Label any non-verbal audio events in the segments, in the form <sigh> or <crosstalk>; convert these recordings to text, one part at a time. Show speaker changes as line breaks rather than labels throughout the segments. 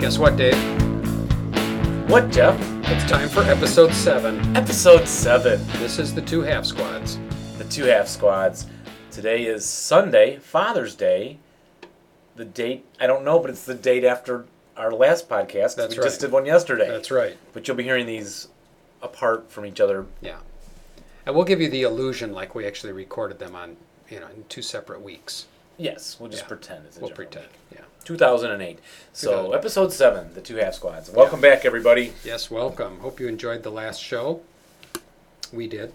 Guess what, Dave?
What, Jeff?
It's time for episode seven.
Episode 7,
This is the two half squads.
the two half squads. Today is Sunday, Father's Day. The date, I don't know, but it's the date after our last podcast. 'cause
That's
we
right.
just did one yesterday.
That's right.
But you'll be hearing these apart from each other.
Yeah. And we'll give you the illusion like we actually recorded them on, you know, in two separate weeks.
Yes, we'll just
Yeah.
pretend it's a
We'll
general
pretend.
week.
Yeah.
2008. So,
2008.
episode 7, the two half squads. Welcome
<laughs>
back, everybody.
Yes, welcome. Hope you enjoyed the last show. We
<laughs>
did.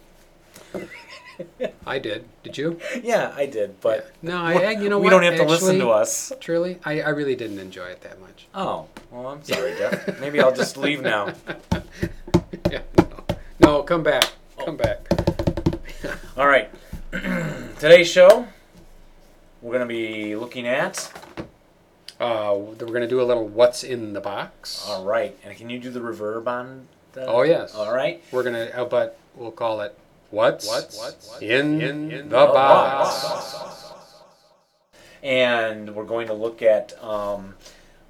I did. Did you?
Yeah, I did, but
No, I, I- you know
we
what?
don't have to listen
Actually,
to us.
Truly, I, I really didn't enjoy it that much.
Oh, well, I'm sorry,
<laughs>
Jeff. Maybe I'll just leave now.
Yeah, no. no, come back. Come
Oh.
back.
All right. <clears throat> Today's show, we're going to be looking at.
Uh, we're going to do a little what's in the box.
All right. And can you do the reverb on the.
Oh, yes.
All right.
We're gonna, uh, but we'll call it what's,
what's
in, the, box.
box. And we're going to look at um,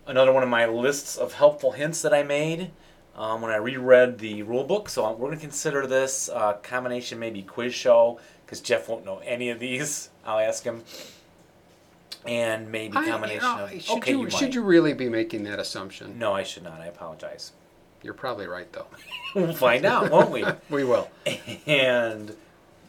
another one of my lists of helpful hints that I made um, when I reread the rule book. So we're going to consider this uh, combination maybe quiz show because Jeff won't know any of these. <laughs> I'll ask him. And maybe
I- you
combination
know,
of.
should
okay,
you,
you might.
should you really be making that assumption?
No, I should not. I apologize.
You're probably right though.
We'll find out, won't
<laughs>
we?
We will.
And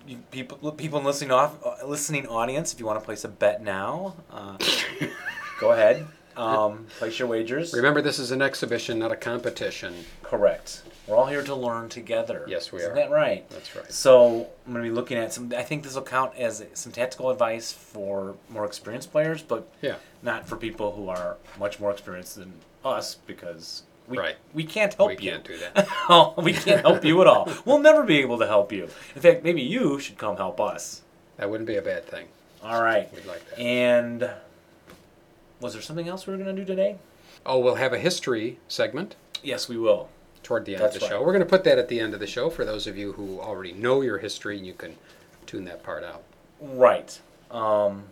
you, people, people in listening off, uh, listening audience, if you want to place a bet now, uh,
<laughs>
go ahead. Um, place your wagers.
Remember, this is an exhibition, not a competition.
Correct. We're all here to learn together.
Yes, we
Isn't
are.
that right?
That's right.
So I'm going to be looking at some. I think this will count as some tactical advice for more experienced players, but
Yeah.
not for people who are much more experienced than us because we
Right.
we can't help
We
you.
can't do that.
oh, <laughs> we can't help you at all. We'll never be able to help you. In fact, maybe you should come help us.
That wouldn't be a bad thing.
All right.
We'd like that.
And was there something else we were going to do today?
Oh, we'll have a history segment
Yes, we will.
toward the end
That's
of the show.
right.
We're going to put that at the end of the show for those of you who already know your history, and you can tune that part out.
Right. Um,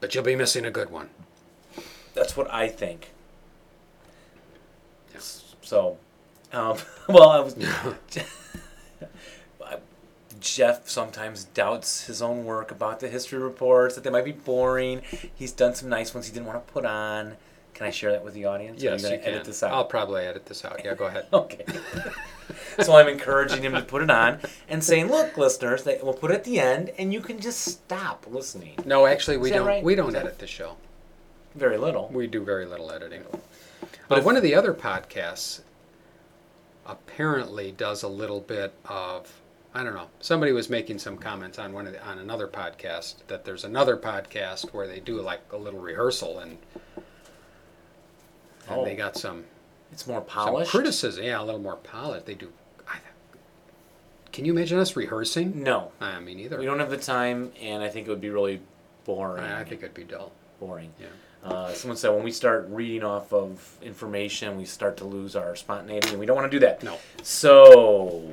But you'll be missing a good one.
that's what I think.
Yeah.
So, um, <laughs> well, I was.
<laughs>
Jeff sometimes doubts his own work about the history reports that they might be boring. He's done some nice ones he didn't want to put on. Can I share that with the audience? Or are
Yes, you
gonna
can.
edit this out.
I'll probably edit this out. Yeah, go ahead.
Okay. <laughs> so I'm encouraging him to put it on and saying, "Look, listeners, that we'll put it at the end, and you can just stop listening."
<laughs> No, actually, we
Is that
don't.
right?
We don't
Is that-
edit the show.
Very little.
We do very little editing.
But
But
if-
one of the other podcasts apparently does a little bit of I don't know. Somebody was making some comments on one of the, on another podcast that there's another podcast where they do like a little rehearsal and and they
Oh.
got some
It's more
some
polished.
criticism. Yeah, a little more polished. They do. I, can you imagine us rehearsing?
no,
I mean, either.
Mm. we don't have the time, and I think it would be really boring.
I, I think it'd be dull.
boring.
Yeah.
Uh, someone said when we start reading off of information, we start to lose our spontaneity, and we don't want to do that.
No.
So,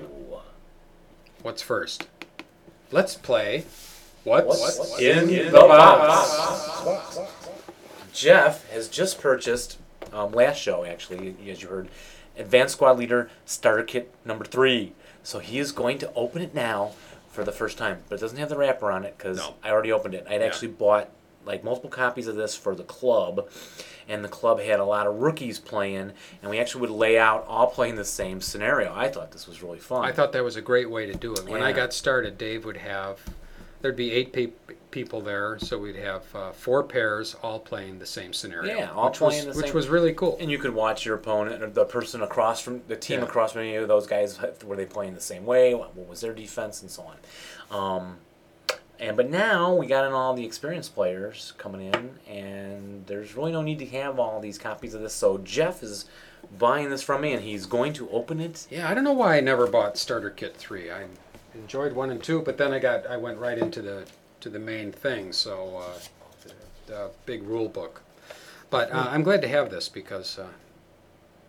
What's first? Let's play. What's,
in, the box? Jeff has just purchased um, last show, actually, as you heard, Advanced Squad Leader Starter Kit number three. So he is going to open it now for the first time, but it doesn't have the wrapper on it because
No.
I already opened it. I had actually bought like multiple copies of this for the club, and the club had a lot of rookies playing, and we actually would lay out all playing the same scenario. I thought this was really fun.
I thought that was a great way to do it. When I
Yeah.
got started, Dave would have there'd be eight pe- people there, so we'd have uh, four pairs all playing the same scenario.
Yeah, all
which
playing
was,
the
which
same-
was really cool.
And you could watch your opponent, or the person across from the team
Yeah.
across from you. Those guys were they playing the same way? What what was their defense, and so on. Um, and but now we got in all the experienced players coming in, and there's really no need to have all these copies of this. So Jeff is buying this from me, and he's going to open it.
Yeah, I don't know why I never bought Starter Kit three. I enjoyed one and two, but then I got I went right into the to the main thing, so uh, the, the big rule book. But uh, I'm glad to have this because uh,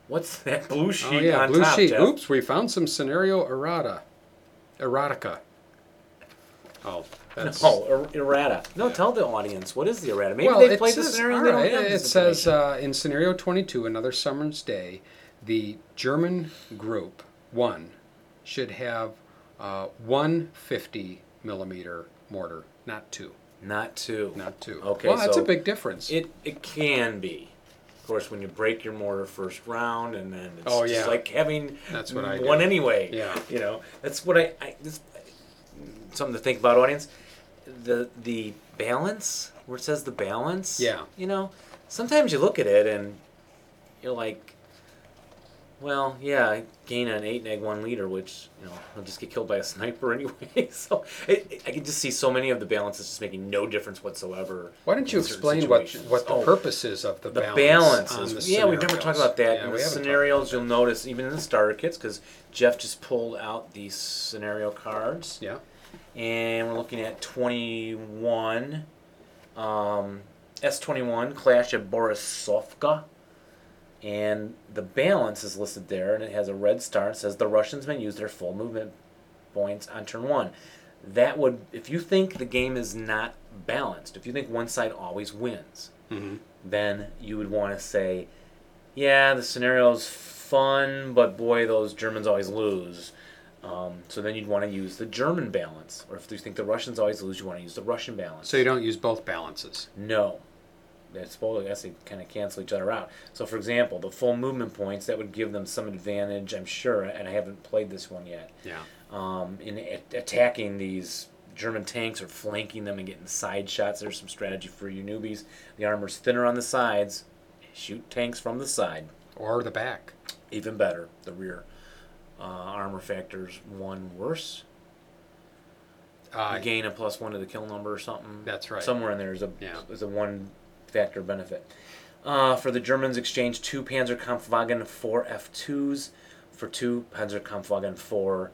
What's that <laughs> blue sheet
oh yeah,
on
blue
top,
sheet.
Jeff?
Oops, we found some scenario errata, erotica. Oh,
<laughs>
that's
<laughs> No, er- errata. No, tell the audience what is the errata. Maybe
well,
they
it
played the
says-
scenario. and
all
they
right,
don't have
it
this
says
information.
uh, in scenario 22, another summer's day, the German group one should have uh, one 50 millimeter mortar, not two,
not two.
uh, not two.
Okay,
well, that's
so
a big difference.
It it can be. Of course, when you break your mortar first round, and then it's
Oh,
just
yeah.
like having
That's what I
one
do.
anyway.
Yeah.
you know that's what I. I this, something to think about, audience. The the balance where it says the balance.
Yeah.
you know, sometimes you look at it and you're like, well, yeah, I gain an eight neg one leader, which you know I'll just get killed by a <laughs> sniper anyway. <laughs> so it, it- I can just see so many of the balances just making no difference whatsoever.
Why don't you
in certain
explain what,
situations.
what the
Oh,
purpose is of the,
The
balance? on
balances.
the
yeah, we've never talked
scenarios.
about that.
Yeah,
in
we
the
haven't talked-
scenarios, you'll notice, even in the starter kits, because Jeff just pulled out the scenario cards
Yeah.
and we're looking at 21 um, S21 Clash at Borisovka. And the balance is listed there, and it has a red star. It says the Russians may use their full movement points on turn one. That would, if you think the game is not balanced, if you think one side always wins, then you would want to say, yeah, the scenario's fun, but boy, those Germans always lose. Um, so then you'd want to use the German balance, or if you think the Russians always lose, you want to use the Russian balance.
So you don't use both balances.
No. That's supposedly that's they kind of cancel each other out. So for example, the full movement points that would give them some advantage, I'm sure, and I haven't played this one yet.
Yeah.
Um, in at- attacking these German tanks or flanking them and getting side shots, there's some strategy for you newbies. The armor's thinner on the sides. Shoot tanks from the side.
Or the back.
Even better, the rear uh, armor factors one worse.
Uh,
You gain a plus one to the kill number or something.
That's right.
Somewhere in there is a
Yeah.
is a one factor benefit. Uh, for the Germans, exchange two Panzerkampfwagen 4 F2s for two Panzerkampfwagen 4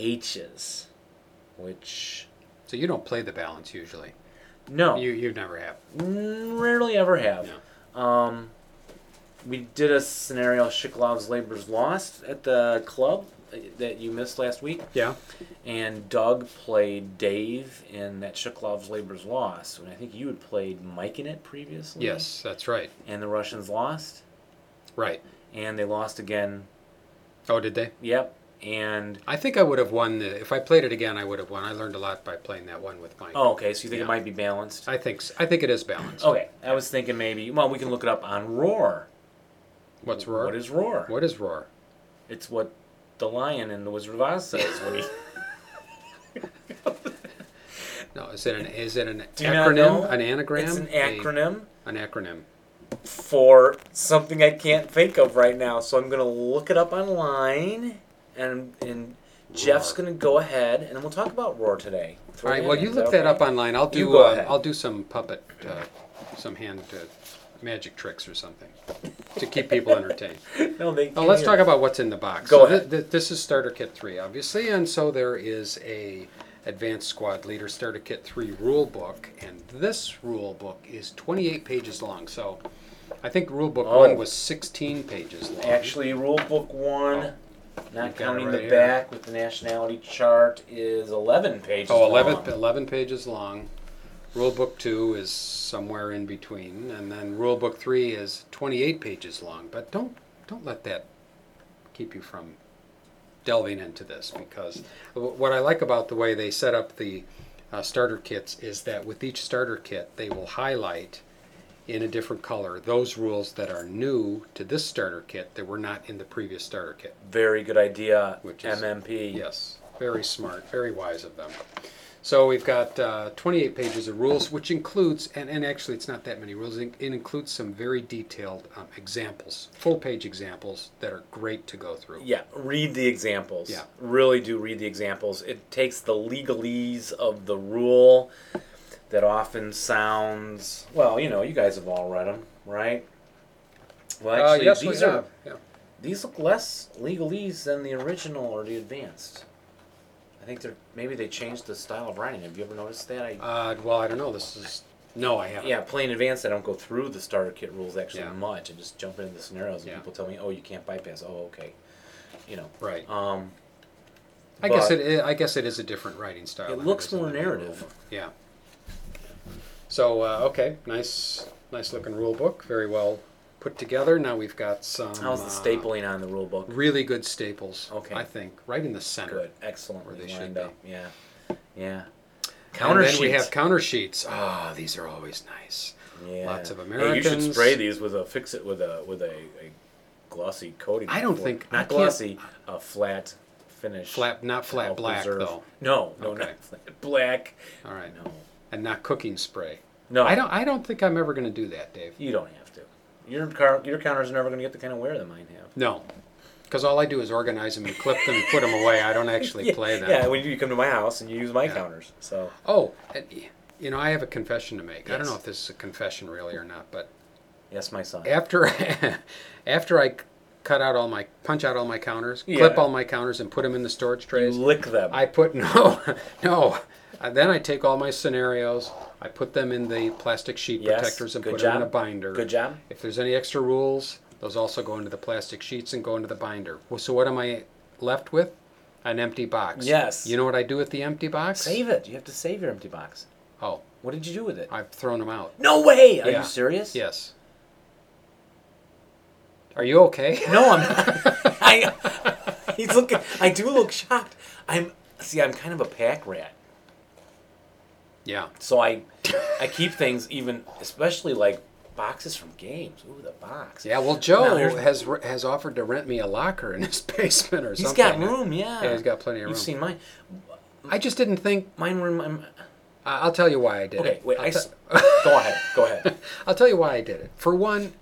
Hs, which
so you don't play the balance usually.
no,
You you never have.
Mm, rarely ever have.
No.
Um, we did a scenario Shiklov's Labor's Lost at the club uh, that you missed last week.
Yeah.
and Doug played Dave in that Shuklov's Labor's Lost, and I think you had played Mike in it previously.
Yes, that's right.
And the Russians lost,
Right.
and they lost again.
Oh, did they?
Yep. And
I think I would have won the if I played it again. I would have won. I learned a lot by playing that one with Mike.
oh, okay. So you think
Yeah.
it might be balanced?
I think s- I think it is balanced.
Okay. I was thinking maybe. Well, we can look it up on Roar.
What's roar?
What is Roar?
what is roar?
It's what the lion in the Wizard of Oz says when
<laughs>
he.
No, is it an is it an
Do you not know?
acronym? An anagram?
It's an
A-
acronym.
an acronym.
for something I can't think of right now. So I'm gonna look it up online, and and Jeff's
Roar.
gonna go ahead, and we'll talk about Roar today.
All right. Well, you look that up online. I'll do
You go
uh,
ahead.
I'll do some puppet, uh, some hand uh, magic tricks or something to keep people entertained.
No, they.
Now Oh, let's
can't
talk
hear.
about what's in the box.
Go
so thi-
ahead.
thi- this is starter kit three, obviously, and so there is a advanced squad leader starter kit three rule book, and this rule book is 28 pages long. So I think rule book
Oh.
one was 16 pages long.
Actually, rule book one,
it
not counting
right
the
here.
back with the nationality chart, is 11 pages.
oh, 11,
long.
11 pages long. Rule book two is somewhere in between, and then rule book three is 28 pages long. But don't don't let that keep you from delving into this because wh- what I like about the way they set up the uh, starter kits is that with each starter kit, they will highlight in a different color those rules that are new to this starter kit that were not in the previous starter kit.
Very good idea,
Which is-
MMP.
Yes, very smart, very wise of them. So we've got uh, 28 pages of rules, which includes, and, and actually it's not that many rules, it it includes some very detailed um, examples, full page examples that are great to go through.
Yeah, read the examples.
Yeah.
Really do read the examples. It takes the legalese of the rule that often sounds, well, you know, you guys have all read them, right? Well,
Uh,
actually,
yes, we
these, are,
have, yeah.
these look less legalese than the original or the advanced. I think they're maybe they changed the style of writing. Have you ever noticed that? I,
Uh, well, I don't know. This is no, I haven't.
yeah, playing advanced, I don't go through the starter kit rules actually
Yeah.
much. I just jump into the scenarios, and
Yeah.
people tell me, "Oh, you can't bypass." Oh, okay, you know.
Right.
Um,
I guess
But-
it. i- I guess it is a different writing style.
It
than
looks
is in
more
the new rule
narrative.
book. Yeah. So uh, okay, nice, nice looking rule book. Very well put together. Now we've got some.
How's the
uh,
stapling on the rule book?
really good staples.
Okay.
I think right in the center.
Good, excellent.
Where they should
lined
be.
up. Yeah, yeah.
And
Counter
then we
sheets.
have counter sheets. Ah, these are always nice.
yeah.
lots of
Hey, you should
Americans.
spray these with a fix it with a with a, a glossy coating.
I don't
before-
think- I
not
can't-
glossy, a flat finish.
Flat, not
to
flat
help
black
preserve-
though.
No, no,
<laughs>
Okay.
not flat black.
All right,
No,
and not cooking spray.
no,
I don't. I don't think I'm ever going to do that, Dave.
You don't have to. Your car, your counters are never going to get the kind of wear that mine have.
No, because all I do is organize them and clip them and put them away. I don't actually play them.
<laughs> Yeah, when you come to my house and you use my
Yeah.
counters, so
Oh, and, you know, I have a confession to make. I don't
Yes.
know if this is a confession really or not, but
yes, my son.
after <laughs> after I cut out all my punch out all my counters,
Yeah.
clip all my counters, and put them in the storage
You
trays,
lick them.
I put <laughs> no, no. And then I take all my scenarios. I put them in the plastic sheet
Yes,
protectors and
good
put them in a
job.
binder.
Good job.
If there's any extra rules, those also go into the plastic sheets and go into the binder. Well, so what am I left with? An empty box.
Yes.
You know what I do with the empty box?
Save it. You have to save your empty box.
Oh,
What did you do with it?
I've thrown them out.
no way. Are
Yeah.
you serious?
Yes. Are you okay? <laughs>
No, I'm. <laughs> I, <laughs> he's looking. I do look shocked. I'm. See, I'm kind of a pack rat,
yeah.
so I, I keep things even, especially like boxes from games. Ooh, the box.
Yeah. Well, Joe
Now, here's-
has has offered to rent me a locker in his <laughs> basement or
He's
something.
got room. Yeah.
Yeah, he's got plenty of
You've
room.
seen mine.
I just didn't think.
Mine were in my.
I- I'll tell you why I did it.
Okay, wait.
I'll
I
te-
s- go ahead. Go ahead.
I'll tell you why I did it. For one,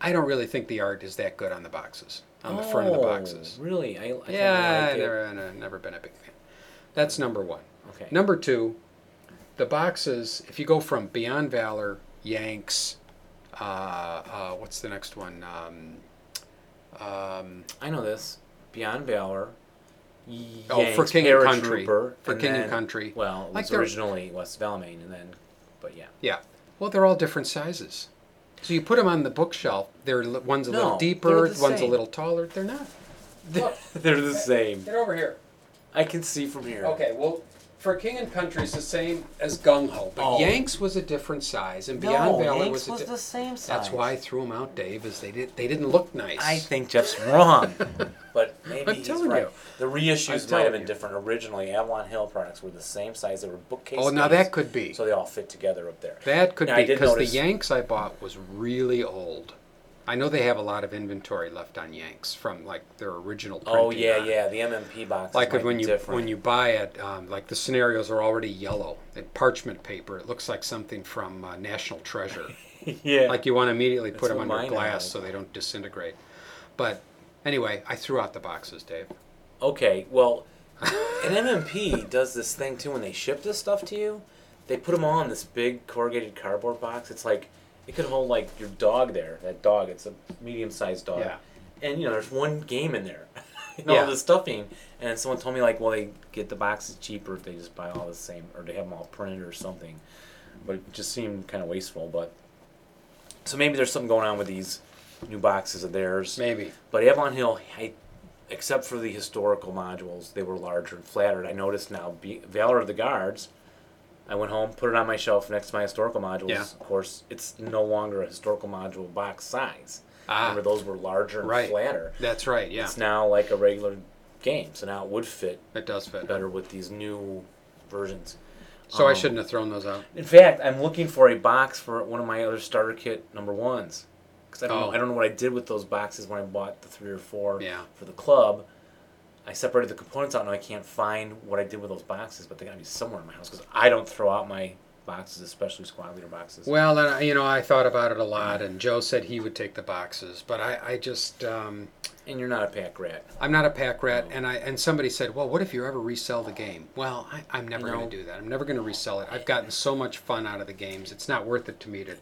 I don't really think the art is that good on the boxes, <laughs> on the front of the
Oh,
boxes.
Really? I, I kinda
Yeah,
like
I've
it.
never, I've never been a big fan. That's number one.
Okay.
Number two, the boxes, if you go from Beyond Valor, Yanks, uh, uh, what's the next one? Um, um,
I know this. Beyond Valor. Yanks,
Oh, for King and Country.
Paratrooper,
For
and
King and
then-
Country.
Well, it
Like
was
they're-
originally West Valmain, and then,
<laughs>
but yeah.
yeah. Well, they're all different sizes. So you put them on the bookshelf, they're, li- one's a
No,
little
they're
deeper,
the
one's a
same.
little taller. They're not. Look.
They're the same.
Get over here.
I can see from here.
Okay, well, for King and Country it's the same as Gung Ho, but
Oh.
Yanks was a different size, and
No,
Beyond Valor
Yanks
was a.
was
di-
the same size.
That's why I threw them out, Dave. Is they did they didn't look nice.
I think Jeff's
<laughs>
wrong. But maybe
I'm
he's
telling
right.
you.
The
I'm
reissues might
telling
have been
you.
different. Originally, Avalon Hill products were the same size. They were bookcase.
Oh, now
stands,
that could be.
So they all fit together up there.
that could
Now, I
be
did
because the
notice-
Yanks I bought was really old. I know they have a lot of inventory left on Yanks from like their original.
Oh
printing
yeah,
on it.
yeah. The MMP box.
Like
might
when
be
you
different.
when you buy it, um, like the scenarios are already yellow. It, parchment paper. It looks like something from uh, National Treasure.
<laughs> yeah.
Like you want to immediately put
That's
them
what
under
mine are
glass
like.
so they don't disintegrate. But anyway, I threw out the boxes, Dave.
Okay, well, an MMP does this thing too when they ship this stuff to you. They put them all in this big corrugated cardboard box. It's like it could hold like your dog there. That dog, it's a medium-sized dog.
Yeah.
And you know, there's one game in there. <laughs> and
Yeah.
all this stuffing. And someone told me like, well, they get the boxes cheaper if they just buy all the same or they have them all printed or something. But it just seemed kind of wasteful, but so maybe there's something going on with these new boxes of theirs.
Maybe.
But Avalon Hill, I, except for the historical modules, they were larger and flatter. I noticed now, be, Valor of the Guards, I went home, put it on my shelf next to my historical modules.
Yeah.
Of course, it's no longer a historical module box size.
Ah.
Remember, those were larger and
Right.
flatter.
That's right. Yeah,
It's now like a regular game, so now it would fit
it does fit.
better with these new versions.
So I
Um,
shouldn't have thrown those out.
In fact, I'm looking for a box for one of my other starter kit number ones, because I don't
Oh.
know, I don't know what I did with those boxes when I bought the three or four
Yeah.
for the club. I separated the components out, and I can't find what I did with those boxes, but they gotta be somewhere in my house because I don't throw out my boxes, especially squad leader boxes.
Well, and I, you know, I thought about it a lot, and Joe said he would take the boxes, but I, I just, um,
And you're not a pack rat.
I'm not a pack rat, and I, and somebody said, well, what if you ever resell the game? Well, I, I'm never
No.
going to do that. I'm never going to resell it. I've gotten so much fun out of the games; it's not worth it to me to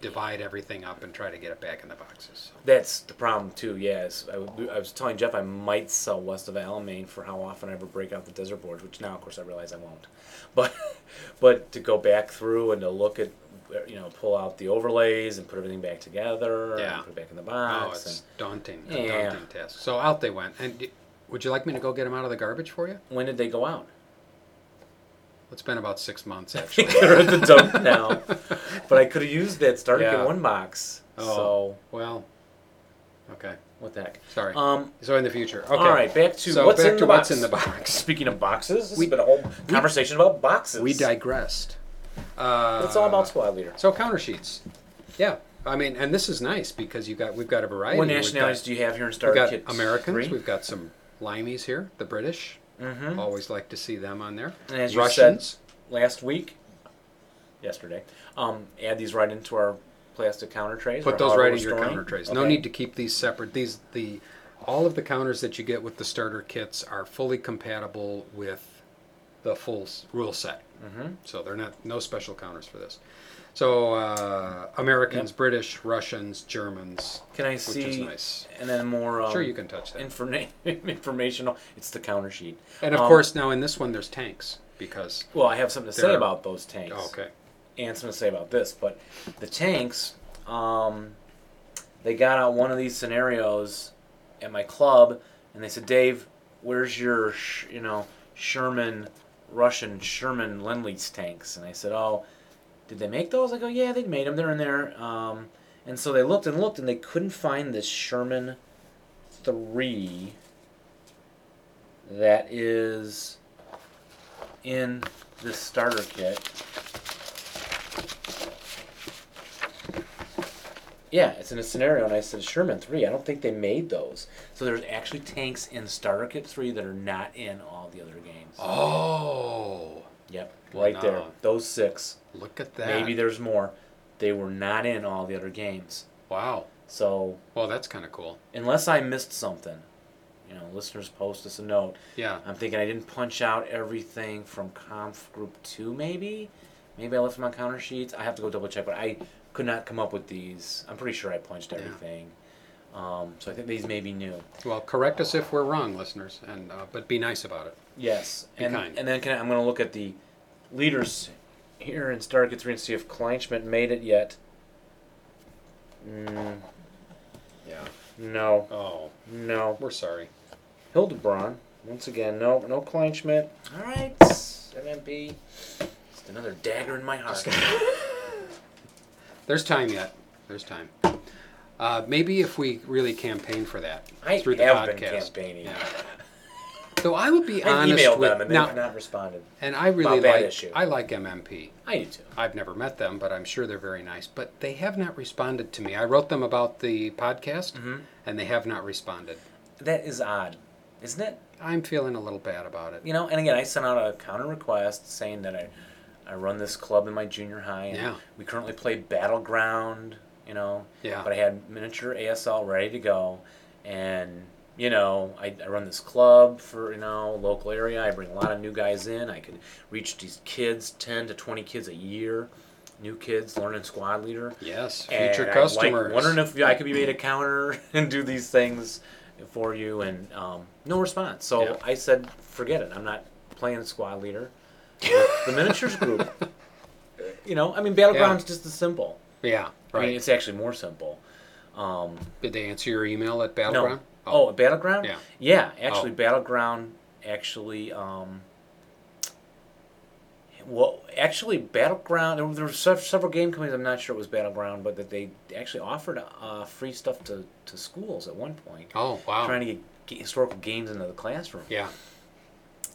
divide everything up and try to get it back in the boxes. So.
That's the problem too. Yes, I, w- I was telling Jeff I might sell West of Alamein for how often I ever break out the desert boards, which now of course I realize I won't. <laughs> But but to go back through and to look at uh, you know pull out the overlays and put everything back together
Yeah.
and put it back in the
Oh,
box.
it's daunting, a
Yeah.
daunting task. So out they went, and Would you like me to go get them out of the garbage for you?
When did they go out? <laughs>
It's been about six months,
I
actually.
think <laughs> they're at the
<laughs>
dump now. But I could have used that starter
Yeah.
kit one box.
Oh. well, okay.
So what the heck?
Sorry.
Um,
so in the future. Okay.
All right, back to
So
what's
back
in
to
the box.
what's in the box.
<laughs> Speaking of boxes, this
We-
has been a whole conversation about boxes.
We digressed. Uh,
It's all about squad leader.
So counter sheets. Yeah. I mean, and this is nice because you got we've got a variety.
What
We've
nationalities
got-
do you have here in
We've
Starter
got
Kit?
Americans.
three? Mm-hmm.
We've got some limeys here. The British. Always like to see them on there.
And as you
Russians.
last week, yesterday, um, add these right into our plastic counter trays. or
Put those
however
right
we're
in your
storing.
counter trays. No
Okay.
need to keep these separate. These the all of the counters that you get with the starter kits are fully compatible with the full s- rule set. Mm-hmm. So they're not no special counters for this. So uh, Americans, British, Russians, Germans.
Can I
is
see?
nice.
And then more. Um,
Sure, you can touch that.
Informa- <laughs> informational. It's the counter sheet.
And of
Um,
course, now in this one, there's tanks because.
Well, I have something to say
They're-
about those tanks.
Oh, okay.
and something to say about this, but the tanks, um, they got out one of these scenarios at my club, and they said, "Dave, where's your, sh- you know, Sherman, Russian Sherman Lend-Lease tanks?" And I said, "Oh, did they make those?" I go, "Yeah, they made them. They're in there." Um, and so they looked and looked, and they couldn't find this Sherman three. That is in this starter kit. Yeah, it's in a scenario, and I said Sherman three. I don't think they made those. So there's actually tanks in Starter Kit three that are not in all the other games.
Oh,
Yep, right there.
No.
Those six.
look at that.
Maybe there's more. They were not in all the other games.
Wow.
So
Well, that's kind of cool.
unless I missed something, you know, listeners post us a note.
Yeah.
I'm thinking I didn't punch out everything from Conf Group Two. Maybe, maybe I left them on counter sheets. I have to go double check, but I could not come up with these. I'm pretty sure I punched everything. Um, so I think these may be new.
Well, correct us if we're wrong, listeners, and uh, but be nice about it.
Yes,
Be
and
kind.
and then can I, I'm going to look at the leaders here in Star Kid Three and see if Kleinschmidt made it yet. Mm,
Yeah.
no,
Oh,
no.
we're sorry.
Hildebrand. Once again, no, no Kleinschmidt. All right, MMP. Just another dagger in my heart. <laughs>
There's time yet. There's time. Uh, maybe if we really campaign for that
I
through the
have
podcast.
been campaigning.
Yeah. Though I would be
<laughs> I've
honest
emailed
with
them and they
now,
have not responded.
and I really
about that
like
issue.
I like MMP.
I do too.
I've never met them, but I'm sure they're very nice. But they have not responded to me. I wrote them about the podcast,
Mm-hmm.
and they have not responded.
That is odd, isn't it?
I'm feeling a little bad about it.
You know, and again, I sent out a counter request saying that I, I run this club in my junior high, and
Yeah.
we currently play Battleground. You know,
Yeah.
But I had miniature ASL ready to go, and you know, I, I run this club for you know local area. I bring a lot of new guys in. I could reach these kids, ten to twenty kids a year, new kids learning squad leader.
Yes,
And
future
I'm, like,
customers.
wondering if I could be made a counter <laughs> and do these things for you, and um, no response. So
Yeah.
I said, forget it. I'm not playing squad
<laughs>
leader. with the miniatures group. You know, I mean, battleground's just as simple.
yeah,
I
right.
mean, it's actually more simple. Um,
Did they answer your email at
no.
Battleground?
Oh, battleground.
Yeah.
Yeah, actually,
Oh.
battleground. Actually, um, well, actually, battleground. There, were- there were sev- several game companies. I'm not sure it was battleground, but that they actually offered uh, free stuff to, to schools at one point,
Oh, wow.
trying to get, get historical games into the classroom
yeah,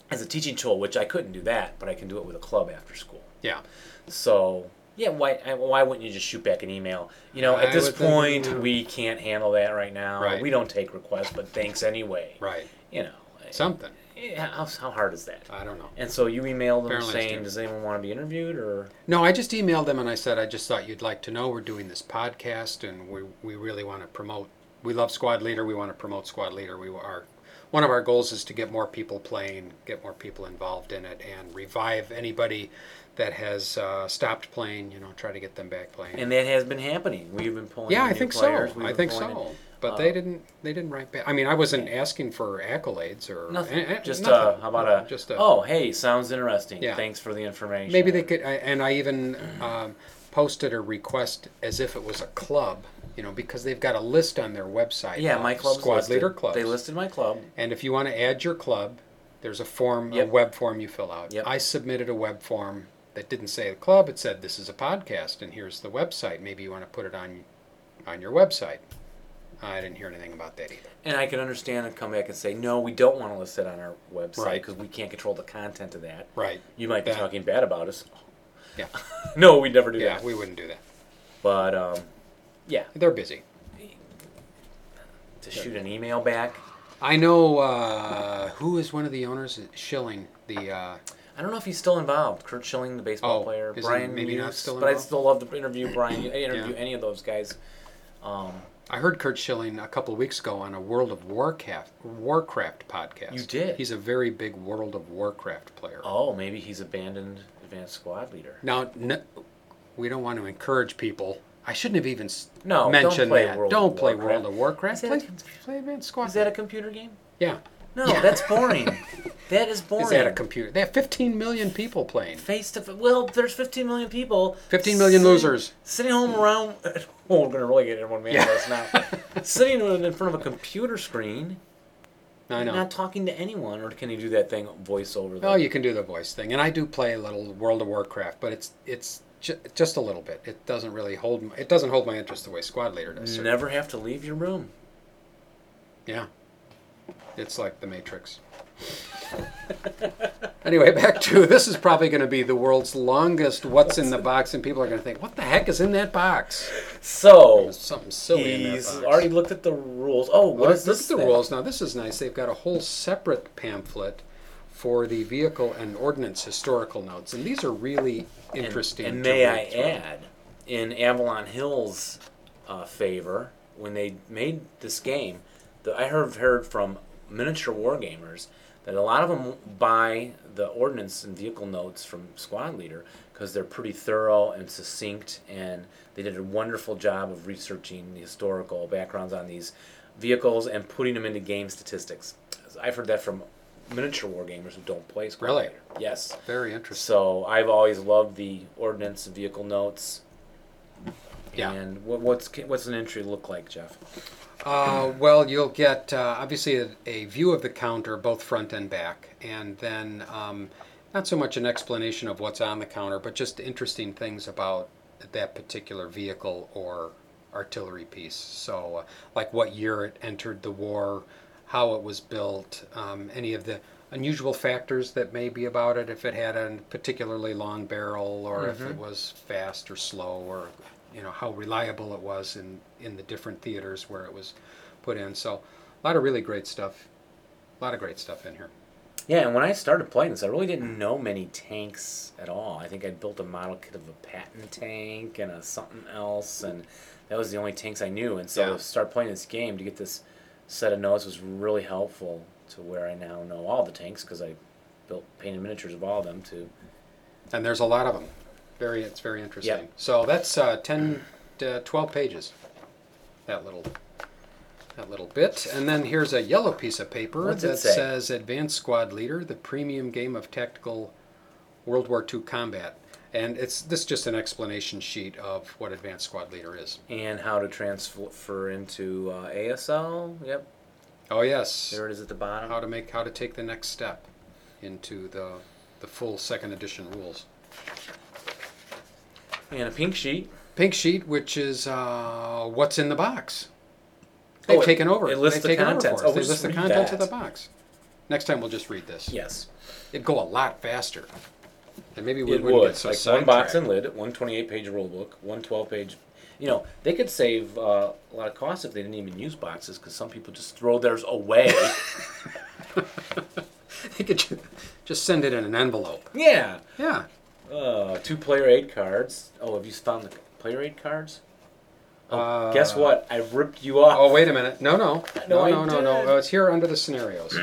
as a teaching tool. Which I couldn't do that, but I can do it with a club after school.
yeah.
So yeah, why I- why wouldn't you just shoot back an email? You know, at
I
this
would think,
point,
yeah.
we can't handle that right now.
Right.
We don't take requests, but thanks anyway.
Right.
You know,
Something.
eh, how, how hard is that?
I don't know.
And so you emailed them
Apparently it's
saying,
different.
"Does anyone want to be interviewed?" Or
No, I just emailed them and I said, I just thought you'd like to know we're doing this podcast and we, we really want to promote. We love Squad Leader. We want to promote Squad Leader. We are one of our goals is to get more people playing, get more people involved in it, and revive anybody that has uh, stopped playing. You know, try to get them back playing.
and that has been happening. We've been pulling.
yeah,
in
I
new
think
players.
so.
We've
I
been
think
pulling in-
so. But
uh,
they didn't. They didn't write back. I mean, I wasn't asking for accolades or
Nothing.
eh, eh,
just
nothing.
Uh, how about
No,
a
just a
oh hey sounds interesting.
Yeah.
Thanks for the information.
Maybe they
Or-
could, I- and I even um, post it or request as if it was a club, you know, because they've got a list on their website.
Yeah,
of
my club's
squad
listed.
leader clubs.
They listed my club.
And if you want to add your club, there's a form,
Yep.
a web form you fill out.
Yep.
I submitted a web form that didn't say the club. It said this is a podcast and here's the website. Maybe you want to put it on on your website. I didn't hear anything about that either.
And I can understand and come back and say, no, we don't want to list it on our website
Right.
because we can't control the content of that.
Right.
You might be
That-
talking bad about us.
Yeah.
<laughs> No, we never do
Yeah,
that.
we wouldn't do that.
But um, yeah,
They're busy.
to shoot an email back,
I know uh, who is one of the owners Schilling, the uh,
I don't know if he's still involved. Kurt Schilling, the baseball
Oh,
player,
is he
Brian
maybe not
Muse,
still
but I'd
involved?
still love
<coughs>
to interview Brian. I interview
Yeah.
any of those guys. Um,
I heard Kurt Schilling a couple weeks ago on a World of Warcraft Warcraft podcast.
You did?
He's a very big World of Warcraft player.
oh, maybe he's abandoned advanced squad leader.
Now, n we don't want to encourage people. I shouldn't have even s-
No, don't
mentioned
play
that.
World
don't
of
play
Warcraft.
World of Warcraft.
Is
Play,
that a-
play Advanced Squad.
Is that a computer game?
yeah.
No, that's
<laughs>
boring. that is boring.
Is that a computer? They have 15 million people playing.
face to face. Well, there's 15 million people.
15 million
sitting-
losers.
Sitting home around. <laughs> Oh, we're gonna really get everyone mad at us
<laughs>
now. sitting in front of a computer screen,
I know.
not talking to anyone, or can you do that thing voice over?
Oh, you can do the voice thing, and I do play a little World of Warcraft, but it's it's ju- just a little bit. It doesn't really hold. My, it doesn't hold my interest the way Squad Leader does. certainly.
never have to leave your room.
Yeah. It's like the Matrix. anyway, back to <laughs> this is probably going to be the world's longest what's in the box, and people are going to think, what the heck is in that box?
So
There's
he's
something silly in that box.
already looked at the rules. Oh,
Well,
what
let's
is
look
this?
at the
thing?
rules. Now, this is nice. They've got a whole separate pamphlet for the vehicle and ordnance historical notes, and these are really
And-
interesting.
And,
to
may
read
I
through.
add, in Avalon Hill's uh, favor, when they made this game, the, I have heard from miniature wargamers that a lot of them buy the ordnance and vehicle notes from Squad Leader because they're pretty thorough and succinct, and they did a wonderful job of researching the historical backgrounds on these vehicles and putting them into game statistics. I've heard that from miniature wargamers who don't play Squad
Really?
Leader. Yes.
Very interesting.
So I've always loved the ordnance and vehicle notes.
Yeah.
And what, what's what's an entry look like, Jeff?
Uh, well, you'll get uh, obviously a, a view of the counter, both front and back, and then um, not so much an explanation of what's on the counter, but just interesting things about that particular vehicle or artillery piece. So, uh, like what year it entered the war, how it was built, um, any of the unusual factors that may be about it, if it had a particularly long barrel, or if it was fast or slow, or you know how reliable it was in in the different theaters where it was put in. So, a lot of really great stuff. A lot of great stuff in here.
Yeah, and when I started playing this, I really didn't know many tanks at all. I think I built a model kit of a patent tank and a something else, and that was the only tanks I knew. And so
Yeah.
to start playing this game to get this set of notes was really helpful to where I now know all the tanks because I built painted miniatures of all of them too.
And there's a lot of them. Very, it's very interesting.
Yep.
So that's uh, 10 to 12 pages. That little, that little bit. And then here's a yellow piece of paper
What's it
that
say?
says "Advanced Squad Leader: The Premium Game of Tactical World War II Combat." And it's this is just an explanation sheet of what Advanced Squad Leader is.
And how to transfer into uh, ASL? Yep,
Oh yes,
There it is at the bottom.
how to make how to take the next step into the the full second edition rules.
And a pink sheet.
Pink sheet, which is uh, what's in the box. They've
Oh, it-
taken over.
it lists
They've
the
taken over
contents.
for us.
Oh,
they
just
list the
read
contents of
that.
the box. Next time we'll just read this.
Yes.
It'd go a lot faster, and maybe we
It
wouldn't
would.
get so
like one box
sidetracked.
and lid, one 28 page rule book, one 12 page. You know, they could save uh, a lot of costs if they didn't even use boxes because some people just throw theirs
<laughs>
away.
<laughs> They could ju- just send it in an envelope.
yeah.
Yeah.
Uh, two player aid cards. Oh, have you found the player aid cards? Oh, guess what? I ripped you off.
Uh, Oh wait a minute. No, no,
No,
no,
I
no, no, no.
did.
Uh, it's here under the
<clears throat>
scenarios.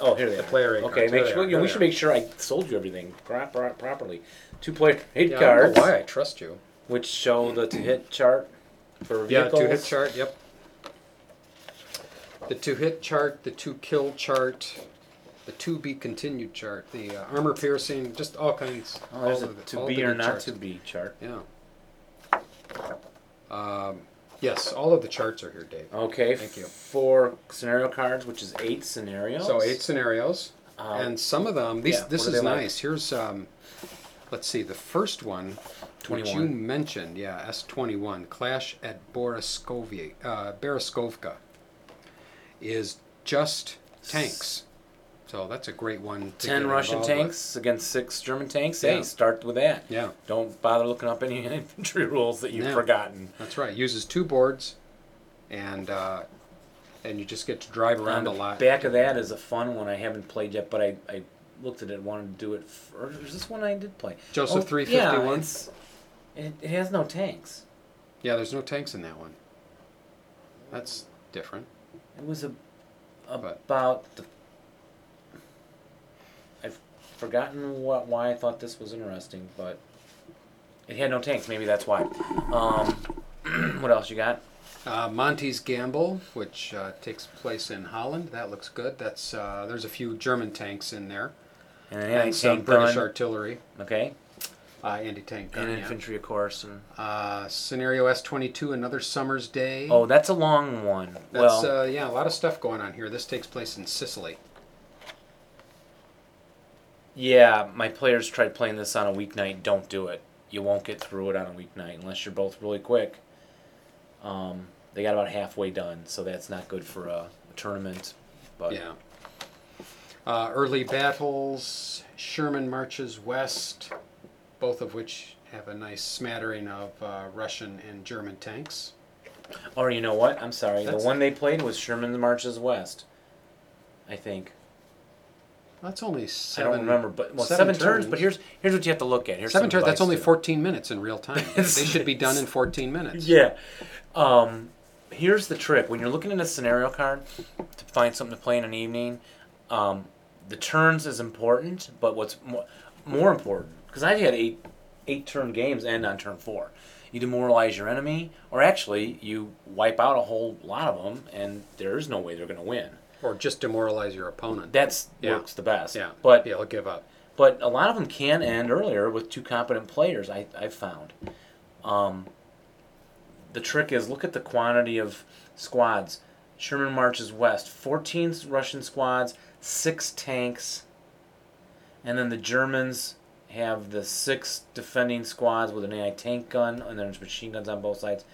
Oh, here they the are.
player aid
Okay,
cards.
make
There they
sure
are.
you know, we
There
should
they
make sure I sold you everything pro- pro- properly. Two player aid
yeah, I don't
cards,
know why I trust you.
which show the to hit chart for
Yeah,
vehicles.
two hit chart. Yep. The two hit chart, the two kill chart, the two be continued chart, the uh, armor piercing, just all kinds.
Oh, there's
all
a
of the-
to
all
be
the
or
good
not
charts.
to be chart.
Yeah. Um, yes, all of the charts are here, Dave.
Okay.
Thank you.
Four scenario cards, which is eight scenarios.
So eight scenarios,
Um,
and some of them. These,
yeah,
this
what are
is
they like?
nice. Here's um, let's see, the first one, which you
21.
mentioned, yeah, S twenty one clash at Boriskovia, uh, Bereskovka, is just tanks. So that's a great one. To
Ten
get
Russian
involved with.
tanks against six German tanks.
Yeah.
Hey, start with that.
Yeah.
Don't bother looking up any <laughs> infantry rules that you've
No.
forgotten.
That's right. Uses two boards, and uh, and you just get to drive around a
On the
lot.
Um, Back of that is a fun one I haven't played yet, but I, I looked at it and wanted to do it. f- Or is this one I did play?
Joseph
Oh,
351?
Yeah, it's, it, it has no tanks.
Yeah, there's no tanks in that one. That's different.
It was a,
But-
about the. I've forgotten what why I thought this was interesting, but it had no tanks. Maybe that's why. Um, <clears throat> what else you got?
Uh, Monty's Gamble, which uh, takes place in Holland, that looks good. That's uh, there's a few German tanks in there
And, an
and some
anti-tank
British
gun.
artillery,
Okay.
uh, anti-tank gun.
And
yeah.
infantry, of course. And,
Uh, scenario S22, another summer's day.
oh, that's a long one.
that's
well,
uh, yeah, a lot of stuff going on here. This takes place in Sicily.
yeah, my players tried playing this on a weeknight. Don't do it. You won't get through it on a weeknight unless you're both really quick. Um, they got about halfway done, so that's not good for a, tournament. But
Yeah. Uh, early battles, Sherman marches west, both of which have a nice smattering of uh, Russian and German tanks.
Or you know what? I'm sorry.
That's-
the one they played was Sherman Marches West. I think.
That's only seven.
I don't remember, but well,
seven
seven, turns.
turns.
But here's here's what you have to look at. Here's
Seven
some
turns. That's
advice
only
to-
14 minutes in real time. they should be done in 14 minutes.
<laughs> Yeah. Um, here's the trick: when you're looking at a scenario card to find something to play in an evening, um, the turns is important. But what's more, more important? Because I've had eight eight turn games end on turn four. You demoralize your enemy, or actually, you wipe out a whole lot of them, and there is no way they're going to win.
Or just demoralize your opponent.
That's
Yeah.
works the best.
yeah.
But
yeah, he'll give up.
but a lot of them can end earlier with two competent players. I I've found. Um, the trick is look at the quantity of squads. Sherman marches west. Fourteen Russian squads, six tanks, and then the Germans have the six defending squads with an anti-tank gun, and there's machine guns on both sides.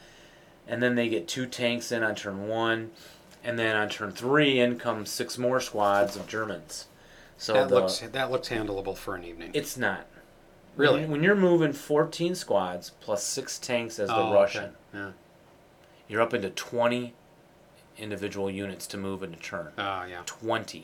And then they get two tanks in on turn one, and then on turn three, in come six more squads of Germans. So
that
the-
looks that looks handleable for an evening.
it's not.
Really?
When, when you're moving 14 squads plus six tanks as the
Oh, okay.
Russian,
Yeah.
you're up into 20 individual units to move in a turn.
Oh yeah.
20.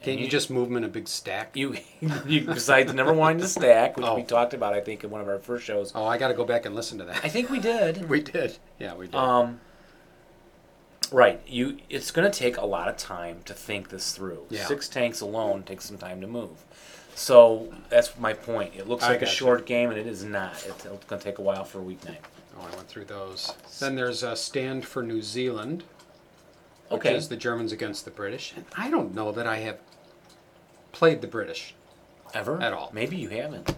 Can't
And
you, just move them in a big stack?
You, <laughs> you besides never wanting to stack, which we
Oh.
talked about, I think, in one of our first shows.
oh, I got to go back and listen to that.
I think we did.
<laughs> we did. Yeah, we did.
Um, right. You. It's going to take a lot of time to think this through.
Yeah.
Six tanks alone takes some time to move. So that's my point. It looks
I
like a
gotcha.
short game, and it is not. It's, it's going to take a while for a weeknight.
Oh, I went through those. Then there's a stand for New Zealand, which
Okay.
is the Germans against the British. And I don't know that I have played the British.
Ever?
At all.
Maybe you haven't.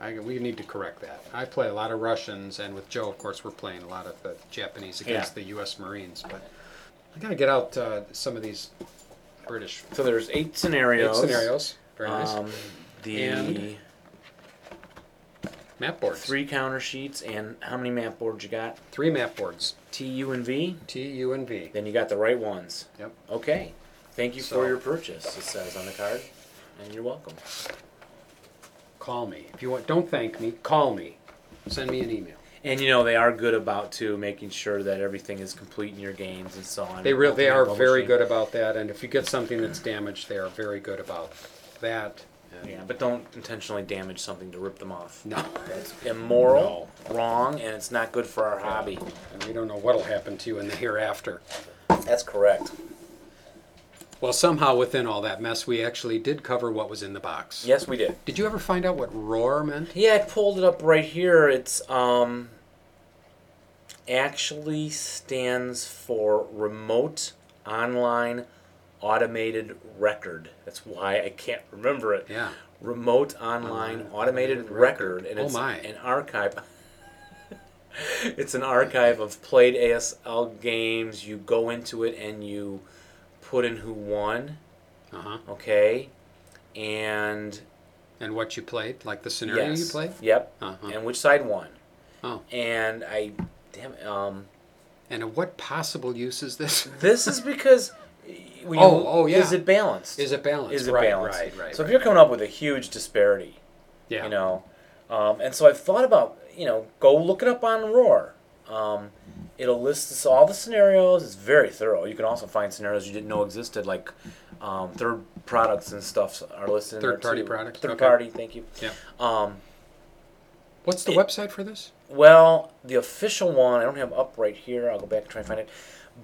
I, we need to correct that. I play a lot of Russians, and with Joe, of course, we're playing a lot of the Japanese against
Yeah.
the U.S. Marines. But I got to get out uh, some of these British
So there's eight
eight
scenarios.
scenarios. Very nice.
Um, the
And- map boards. Three,
three counter sheets and how many map boards you got?
three map boards.
T, U, and V.
T, U, and V.
Then you got the right ones.
Yep.
Okay. Thank you
So-
for your purchase. It says on the card, and you're welcome.
Call me if you want. Don't thank me. Call me. Send me an email.
And you know they are good about too making sure that everything is complete in your games and so on.
They real they are very
Publishing.
good about that, and if you get something that's damaged, they are very good about that. And-
Yeah, but don't intentionally damage something to rip them off.
No, <laughs>
Immoral, wrong, and it's not good for our hobby.
and we don't know what'll happen to you in the hereafter.
That's correct.
Well, somehow within all that mess, we actually did cover what was in the box.
Yes, we did.
Did you ever find out what roar meant?
Yeah, I pulled it up right here. It's um actually stands for remote online automated record. That's why I can't remember it.
Yeah.
Remote online automated
Automated
record,
record.
and
Oh
it's
my.
an archive. <laughs> it's an archive of played ASL games. You go into it and you put in who won,
Uh huh.
okay? And
And what you played, like the scenario
yes.
you played.
Yep.
Uh-huh.
And which side won.
Oh.
And I damn um
And what possible use is this? <laughs>
this is because when you,
Oh, oh, yeah.
is it balanced?
Is it balanced?
Is it
right,
balanced?
Right, right,
So if
right.
you're coming up with a huge disparity,
yeah.
you know. Um, and so I've thought about, you know, go look it up on Roar. Um, it'll list us all the scenarios. It's very thorough. You can also find scenarios you didn't know existed, like um, third products and stuff are listed. in there,
Third-party
too.
products,
Third
okay.
party. Thank you.
Yeah.
Um,
What's the
it-
website for this?
well, the official one I don't have up right here. I'll go back and try and find it.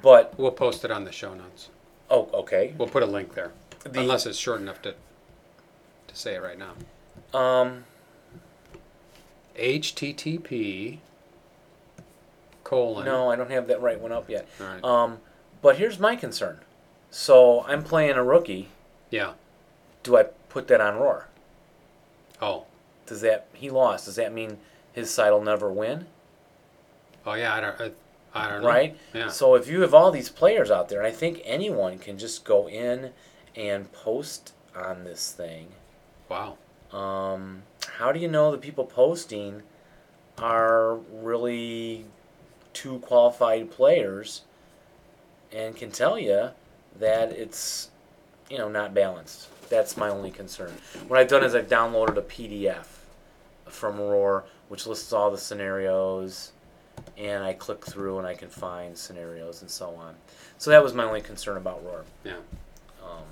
But
We'll post it on the show notes.
oh, okay.
We'll put a link there,
The-
unless it's short enough to to say it right now.
Um,
HTTP colon.
no, I don't have that right one up yet.
All right.
Um, but here's my concern. So I'm playing a rookie.
yeah.
Do I put that on Roar?
Oh.
does that he lost does that mean his side will never win
Oh yeah. I don't. I, I don't know.
right
Yeah.
so if you have all these players out there and i think anyone can just go in and post on this thing
wow.
um, how do you know the people posting are really two qualified players and can tell you that it's you know not balanced that's my only concern what i've done is i've downloaded a pdf from roar which lists all the scenarios and i click through and i can find scenarios and so on so that was my only concern about roar
Yeah.
um,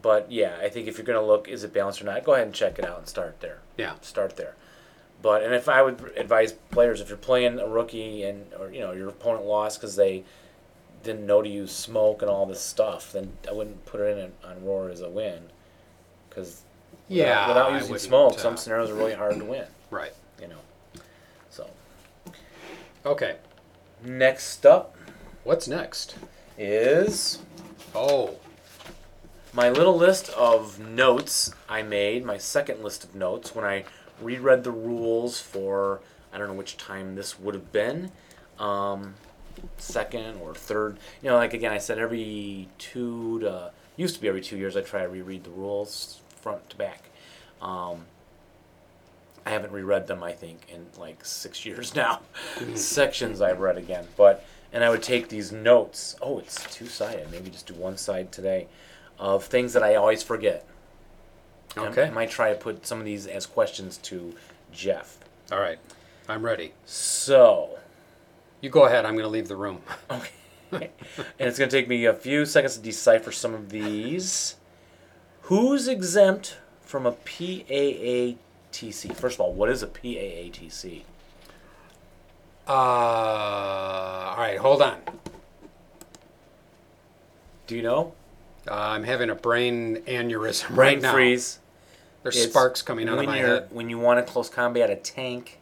but yeah, I think if you're going to look, is it balanced or not? Go ahead and check it out and start there.
Yeah.
Start there. But and if I would advise players, if you're playing a rookie and or you know your opponent lost because they didn't know to use smoke and all this stuff, then I wouldn't put it in on roar as a win because
Yeah.
without
I
using
wouldn't,
smoke,
uh,
some scenarios are
<clears throat>
really hard to win.
Right.
You know, so
Okay.
next up
What's next?
is
Oh.
my little list of notes I made, my second list of notes, when I reread the rules for I don't know which time this would have been, um, second or third. You know, like again, I said every two to used to be every two years I try to reread the rules front to back. Um, I haven't reread them, I think, in like six <laughs> years now. Sections I've read again, but and I would take these notes. Oh, it's two sided. Maybe just do one side today, of things that I always forget. And
Okay.
I might try to put some of these as questions to Jeff.
All right. I'm ready.
So,
You go ahead. I'm going to leave the room.
okay, and it's gonna take me a few seconds to decipher some of these. Who's exempt from a PAATC? First of all, what is a PAATC?
Uh, all right. Hold on.
Do you know?
Uh, I'm having a brain aneurysm right
Brain
now.
freeze.
There's
It's
sparks coming out
when
of my
you're,
head.
When you want to close combat a tank,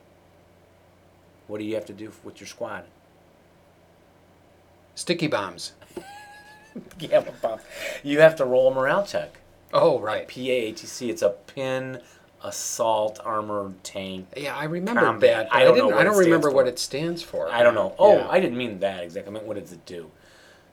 what do you have to do with your squad? <laughs>
Sticky bombs.
Yeah, but Bob, you have to roll a morale check.
Oh, right.
PAATC. It's a pin assault armored tank.
Yeah, I remember
Combat.
that. but
I don't
didn't,
know
I
what it
don't
stands
remember
for.
what it stands for.
I don't know. Oh,
Yeah.
I didn't mean that exactly. I meant what does it do?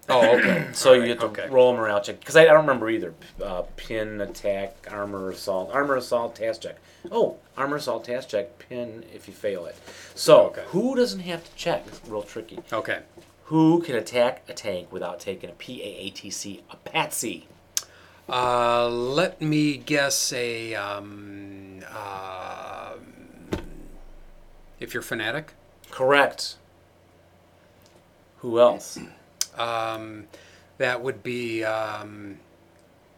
oh,
<laughs>
okay.
So
All
you have
right,
to
okay.
roll a morale check because I, I don't remember either. Uh, pin attack, armor assault, armor assault task check. Oh, armor assault task check. Pin if you fail it. So
Okay.
who doesn't have to check? It's real tricky.
Okay.
Who can attack a tank without taking a PAATC, a patsy?
Uh, let me guess a. Um, uh, if you're fanatic,
Correct.
<clears throat>
Who else?
um, that would be um,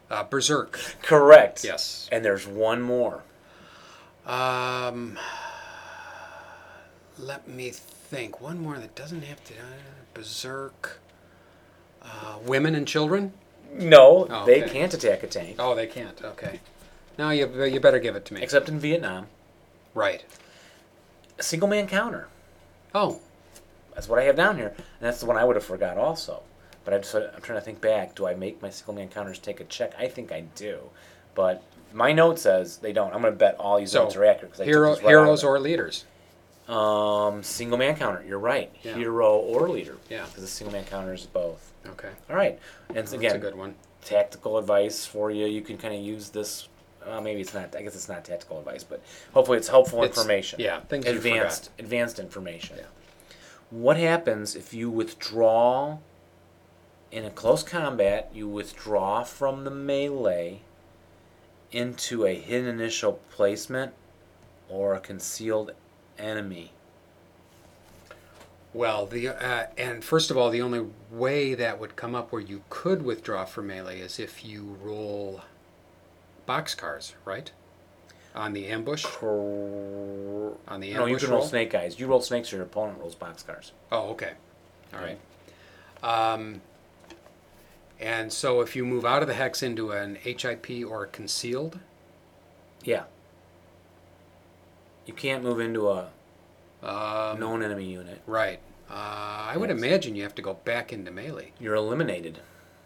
uh, Berserk.
Correct.
Yes.
And there's one more.
Um, let me think. One more that doesn't have to. uh, berserk. Uh, women and children?
No,
Oh,
they
okay.
can't attack a tank,
Oh, they can't. Okay. No, you, you better give it to me.
except in Vietnam.
right.
A single man counter.
Oh,
That's what I have down here, and that's the one I would have forgot also. But I just, I'm trying to think back. Do I make my single man counters take a check? I think I do, but my note says they don't. I'm going to bet all these
so
notes are accurate. 'cause I took
hero,
these right out of
heroes
the-
or leaders.
Um, single man counter. You're right.
Yeah.
Hero or leader.
Yeah.
Because the single man counter is both.
Okay.
All right. And so
That's a
again,
good one.
tactical advice for you. You can kind of use this. Uh, maybe it's not. I guess it's not tactical advice, but hopefully it's helpful
It's-
information.
yeah, things you
advanced advanced information. What happens if you withdraw in a close combat? You withdraw from the melee into a hidden initial placement or a concealed enemy.
Well, the uh, and first of all, the only way that would come up where you could withdraw from melee is if you roll boxcars, right? On the ambush.
Cor-
On the ambush.
No, you can roll
roll?
snake eyes. You roll snakes, or your opponent rolls boxcars.
Oh, okay. All right. Um, and so if you move out of the hex into an HIP or concealed,
Yeah. You can't move into a
um,
known enemy unit.
right. Uh, I would
Yes.
imagine you have to go back into melee.
You're eliminated.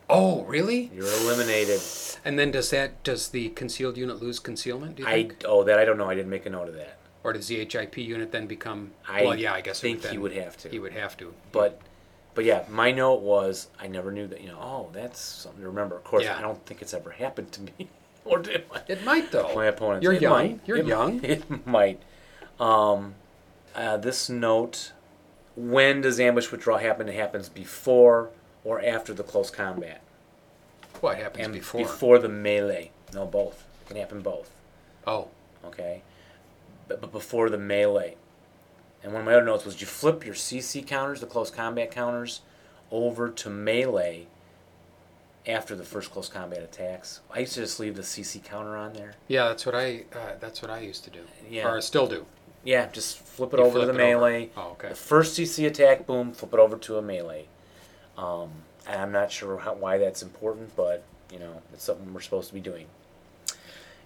Oh, really?
You're
<sighs>
eliminated.
And then does that does the concealed unit lose concealment? Do you
I
think?
oh that I don't know. I didn't make a note of that.
or does the HIP unit then become?
I
well, yeah, I guess it
think
would
he
then-
would have to.
He would have to.
But but yeah, my note was I never knew that. You know, oh that's something to remember. Of course,
Yeah.
I don't think it's ever happened to me <laughs> or did I?
It might though.
my opponents.
You're
It
young.
might.
You're
It-
young.
<laughs> It might. Um, uh, this note: When does ambush withdrawal happen? It happens before or after the close combat,
What happens
and
before?
before the melee. No, both. It can happen both.
Oh,
Okay, but, but before the melee. And one of my other notes was: You flip your CC counters, the close combat counters, over to melee. After the first close combat attacks, I used to just leave the CC counter on there.
yeah. That's what I. Uh, that's what I used to do.
Yeah.
Or I still do.
Yeah, just flip it
You
over
flip
to the
it over.
melee.
Oh, okay.
The first CC attack, boom, flip it over to a melee. Um, and I'm not sure how, why that's important, but you know, it's something we're supposed to be doing.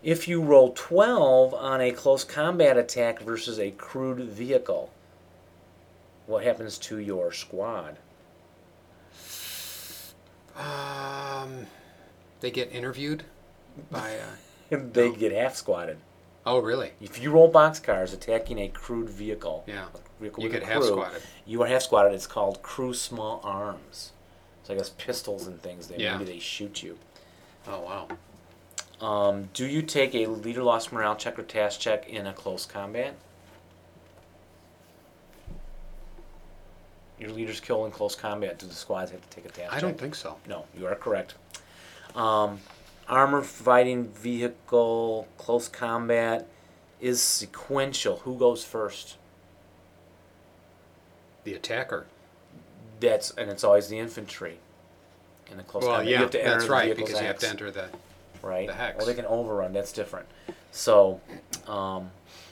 If you roll 12 on a close combat attack versus a crude vehicle, what happens to your squad? <laughs>
Um, they get interviewed by. Uh,
they get half squatted.
oh, really?
If you roll boxcars attacking a crude vehicle,
Yeah.
a vehicle
You
with a
get half
crew,
squatted.
You are half squatted. It's called crew small arms. So I guess pistols and things. They
Yeah.
maybe they shoot you.
Oh, wow.
Um, do you take a leader loss morale check or task check in a close combat? Your leader's killed in close combat. Do the squads have to take a task check?
I don't think so.
No, you are correct. Um, armor fighting vehicle close combat is sequential. Who goes first?
The attacker.
That's and it's always the infantry in the close
Well,
combat.
yeah,
you have to enter
that's
the
right,
vehicle's
because you have to
hex,
enter the.
right.
the hex.
Well, they can overrun. That's different. So, um,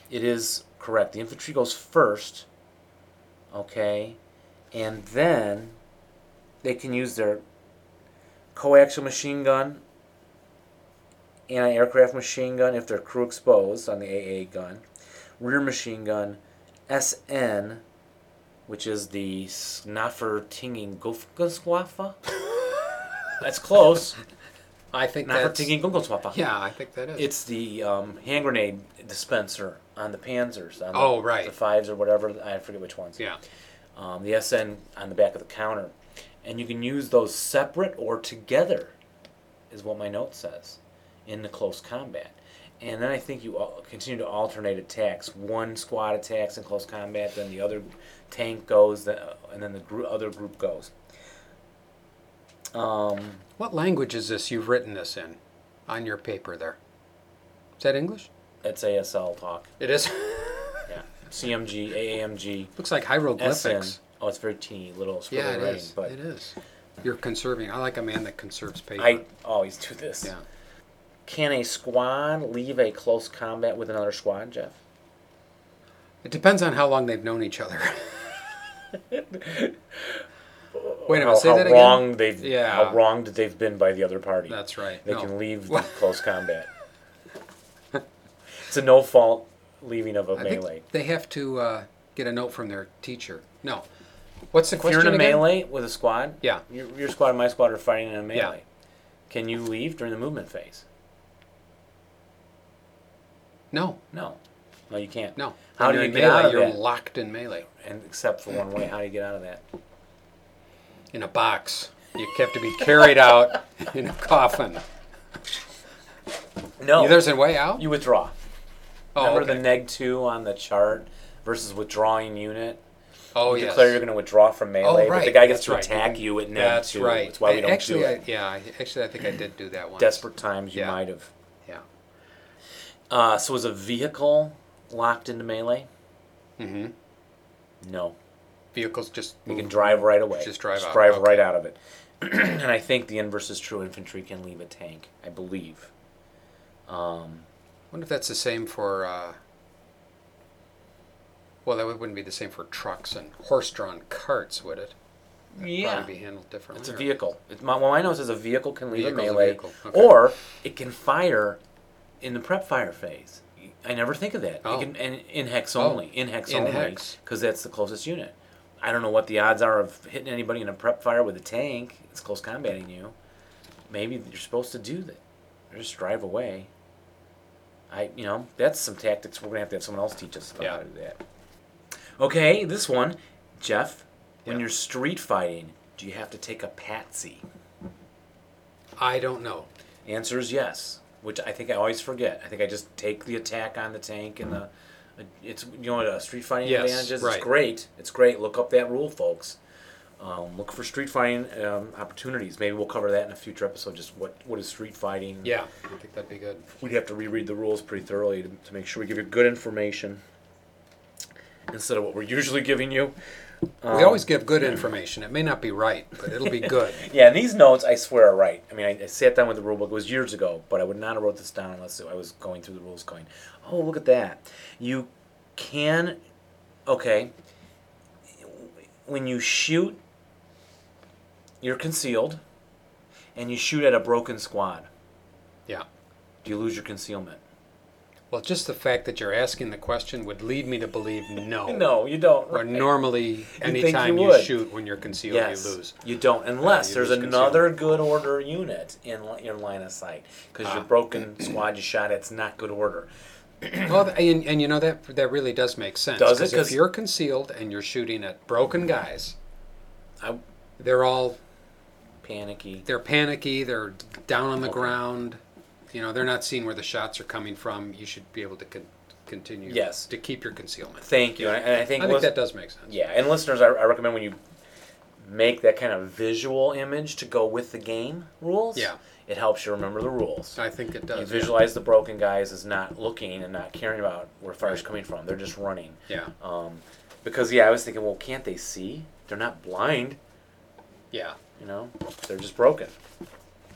it is correct. The infantry goes first. Okay, and then they can use their coaxial machine gun anti-aircraft machine gun if they're crew exposed on the AA gun, rear machine gun, SN, which is the Snaffer Tinging
<laughs>
Gunkenswaffe. That's close.
I think
Snaffer
that's.
Tinging Gunkenswaffe.
Yeah, I think that is.
It's the um, hand grenade dispenser on the Panzers. On
Oh,
the,
right.
The fives or whatever. I forget which ones.
yeah.
Um, the SN on the back of the counter, and you can use those separate or together, is what my note says, in the close combat. And then I think you al- continue to alternate attacks. One squad attacks in close combat, then the other tank goes, the, and then the gr- other group goes. Um,
What language is this you've written this in on your paper there? Is that English?
that's ASL talk.
It is.
Yeah. CMG, AAMG,
<laughs> Looks like
SN.
hieroglyphics.
Oh, it's very teeny, little scribble
Yeah, it
writing,
is.
but
It is. You're conserving. I like a man that conserves paper.
I always do this.
yeah.
Can a squad leave a close combat with another squad, Jeff?
It depends on how long they've known each other. <laughs> Wait a minute.
how,
Say
how
that
wrong
again.
they've
Yeah.
how wronged they've been by the other party.
That's right.
They
No. <laughs>
can leave the
Well-
close combat. It's a no fault leaving of a
I think
melee.
they have to uh, get a note from their teacher. No. What's the
If
question
you're in a
again?
melee with a squad,
Yeah.
your, your squad and my squad are fighting in a melee.
Yeah.
Can you leave during the movement phase?
No.
No. No, you can't.
No.
How
When
do
you're
you
in
get out
melee,
of
you're
that?
locked in melee
And except
<laughs>
for one way, how do you get out of that?
in a box. You have to be carried out <laughs> in a coffin.
No,
There's a way out.
you withdraw.
oh,
Remember
okay.
the neg two on the chart versus withdrawing unit.
oh
You
yes.
declare you're going to withdraw from melee,
Oh,
but the
right.
guy
That's
gets to
right.
attack you at neg
That's
two.
right.
That's why we don't
actually,
do it.
I, yeah, I- actually, I think I did do that one.
Desperate times, you
Yeah.
might have.
Yeah.
Uh, so is a vehicle locked into melee? Mm-hmm. No.
Vehicles just
You can
move.
drive right away.
Just drive out, okay.
right out of it. <clears throat> and I think the inverse is true. Infantry can leave a tank, I believe.
wonder if that's the same for. Uh, well, that wouldn't be the same for trucks and horse-drawn carts, would it? That'd Probably be handled differently.
It's a
or-
vehicle. It's my, well, my note says a vehicle can leave
Vehicle's
a
a
melee,
vehicle, okay.
or it can fire in the prep fire phase. I never think of that.
Oh.
It can, and in hex
Oh.
only, in hex
In
only,
hex.
because that's the closest unit. I don't know what the odds are of hitting anybody in a prep fire with a tank. It's close combating you. Maybe you're supposed to do that. Or just drive away. I, you know, that's some tactics we're gonna have to have someone else teach us about how
Yeah.
to do that. Okay, this one, Jeff. When
Yeah.
you're street fighting, do you have to take a patsy?
I don't know.
Answer is yes, which I think I always forget. I think I just take the attack on the tank and the. uh, It's you know what a street fighting
Yes,
advantage is.
right.
It's great. It's great. Look up that rule, folks. Um, look for street fighting um, opportunities. Maybe we'll cover that in a future episode. Just what what is street fighting?
Yeah, I think that'd be good.
we'd have to reread the rules pretty thoroughly to, to make sure we give you good information instead of what we're usually giving you.
we always give good information. It may not be right, but it'll be
<laughs>
good.
Yeah, and these notes I swear are right. I mean, I, I sat down with the rule book. It was years ago, but I would not have wrote this down unless I was going through the rules, going, "Oh, look at that! You can, okay, when you shoot, you're concealed, and you shoot at a broken squad.
yeah.
Do you lose your concealment?
Well, just the fact that you're asking the question would lead me to believe no.
<laughs> No, you don't.
Or normally,
think
anytime
you
you,
would.
shoot when you're concealed,
Yes,
you lose.
don't, unless
you
there's
lose
another good order unit in li- your line of sight, because your
Ah.
broken squad you shot at's not good order.
Well, th- and, and you know that that really does make sense.
Does it?
'cause
'Cause-
if you're concealed and you're shooting at broken guys,
I
they're all
panicky.
they're panicky. They're down on the
Okay.
ground. You know, they're not seeing where the shots are coming from. You should be able to con- continue.
Yes.
To keep your concealment.
Thank you, and I, and I think,
I think
lis-
that does make sense.
yeah, and listeners, I, I recommend when you make that kind of visual image to go with the game rules.
Yeah.
it helps you remember the rules.
I think it
You
does.
visualize the broken guys as not looking and not caring about where fire's coming from. They're just running.
Yeah.
Um, because yeah, I was thinking, well, can't they see? They're not blind.
Yeah.
You know, they're just broken.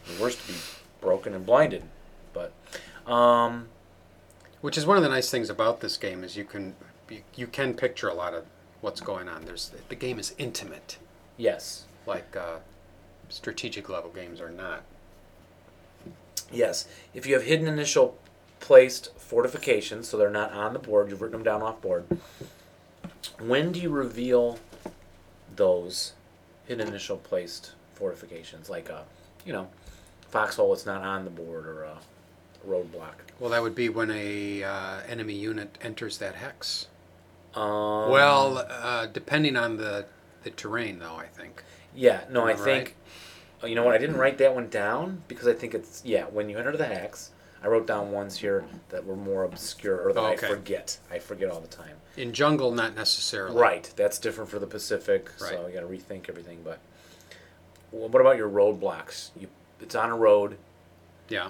It's worse to be broken and blinded. But um,
Which is one of the nice things about this game is you can you, you can picture a lot of what's going on. There's the game is intimate,
yes,
like uh, strategic level games are not.
yes. If you have hidden initial placed fortifications, so they're not on the board, you've written them down off board. When do you reveal those hidden initial placed fortifications, like a you know foxhole that's not on the board or a roadblock?
Well, that would be when a uh, enemy unit enters that hex.
Um,
Well, uh, depending on the the terrain, though, I think.
Yeah, no, I
Am I
think. oh, You know what? I didn't write that one down because I think it's yeah. When you enter the hex, I wrote down ones here that were more obscure or that
Okay.
I forget. I forget all the time.
In jungle, not necessarily.
Right, that's different for the Pacific, so
Right.
you got to rethink everything. But well, what about your roadblocks? You, it's on a road.
Yeah.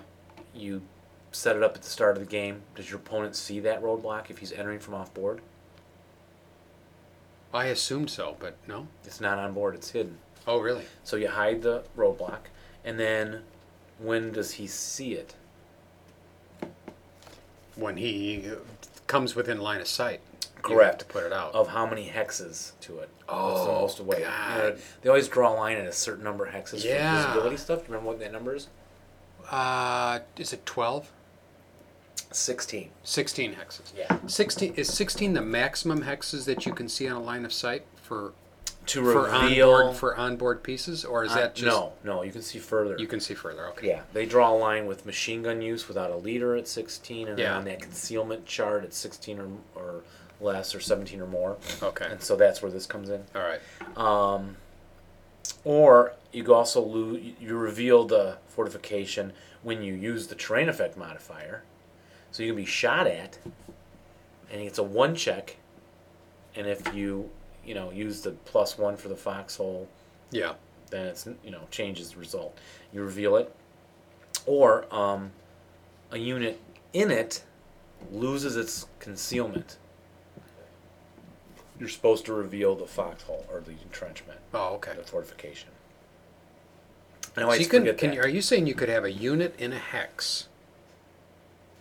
You set it up at the start of the game. Does your opponent see that roadblock if he's entering from off board?
I assumed so, but no.
It's not on board. It's hidden.
Oh, really?
So you hide the roadblock, and then when does he see it?
When he uh, comes within line of sight. you have
Correct.
To put it out.
of how many hexes to it. What's the
Oh,
most weight? You know,
God.
they always draw a line at a certain number of hexes
Yeah.
for visibility stuff. Do you remember what that number is?
Uh, is it twelve?
Sixteen.
16 hexes.
Yeah.
16 is 16 the maximum hexes that you can see on a line of sight for
To
for
reveal.
onboard for onboard pieces or is
uh,
that just
no, no, you can see further.
you can see further. Okay.
yeah, they draw a line with machine gun use without a leader at 16, and then
Yeah.
on that concealment chart at 16 or, or less or 17 or more.
Okay.
And so that's where this comes in.
All right.
Um, or you could also lo- you reveal the fortification when you use the terrain effect modifier. So you can be shot at, and it's a one check. And if you you know use the plus one for the foxhole,
Yeah.
then it's you know changes the result. You reveal it, or um, a unit in it loses its concealment. You're supposed to reveal the foxhole or the entrenchment,
Oh, okay.
the fortification. I
So
always
you can,
forget
can you,
that.
are you saying you could have a unit in a hex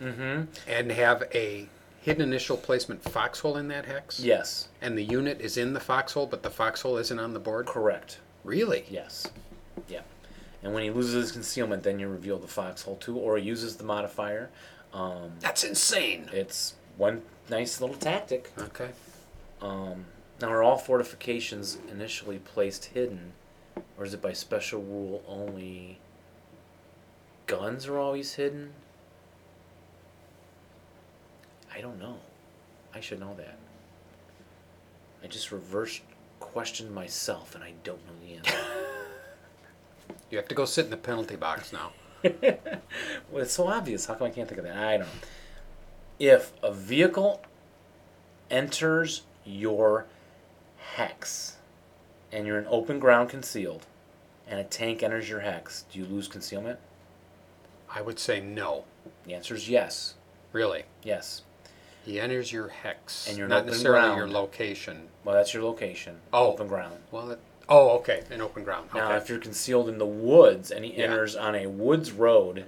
Mhm.
and have a hidden initial placement foxhole in that hex?
Yes,
And the unit is in the foxhole, but the foxhole isn't on the board?
correct.
Really?
Yes. Yeah. And when he loses his concealment, then you reveal the foxhole too, or he uses the modifier. Um,
That's insane.
it's one nice little tactic.
Okay.
Um, now, are all fortifications initially placed hidden, or is it by special rule only guns are always hidden? I don't know. I should know that. I just reverse questioned myself, and I don't know the answer.
You have to go sit in the penalty box now.
Well, it's so obvious. How come I can't think of that? I don't know. If a vehicle enters your hex and you're in open ground concealed and a tank enters your hex, do you lose concealment?
I would say no.
The answer is yes.
Really.
Yes.
He enters your hex.
And you're in
not
open
necessarily
ground.
your location.
Well, that's your location.
Oh.
Open ground.
Well, it, oh, okay. In open ground. Okay.
Now, if you're concealed in the woods and he
Yeah.
enters on a woods road,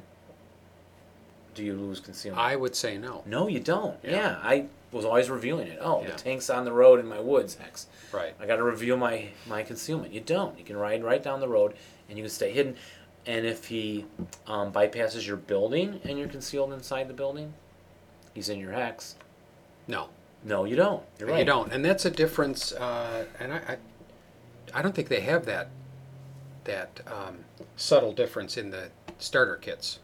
do you lose concealment?
I would say no.
no, you don't.
Yeah.
Yeah. I was always revealing it. Oh,
Yeah.
the tank's on the road in my woods hex.
Right.
I got to reveal my my concealment. You don't. You can ride right down the road, and you can stay hidden. And if he um, bypasses your building and you're concealed inside the building, he's in your hex.
No.
No, you don't. You're right.
You don't. And that's a difference. Uh, and I, I, I don't think they have that, that um, subtle difference in the starter kits,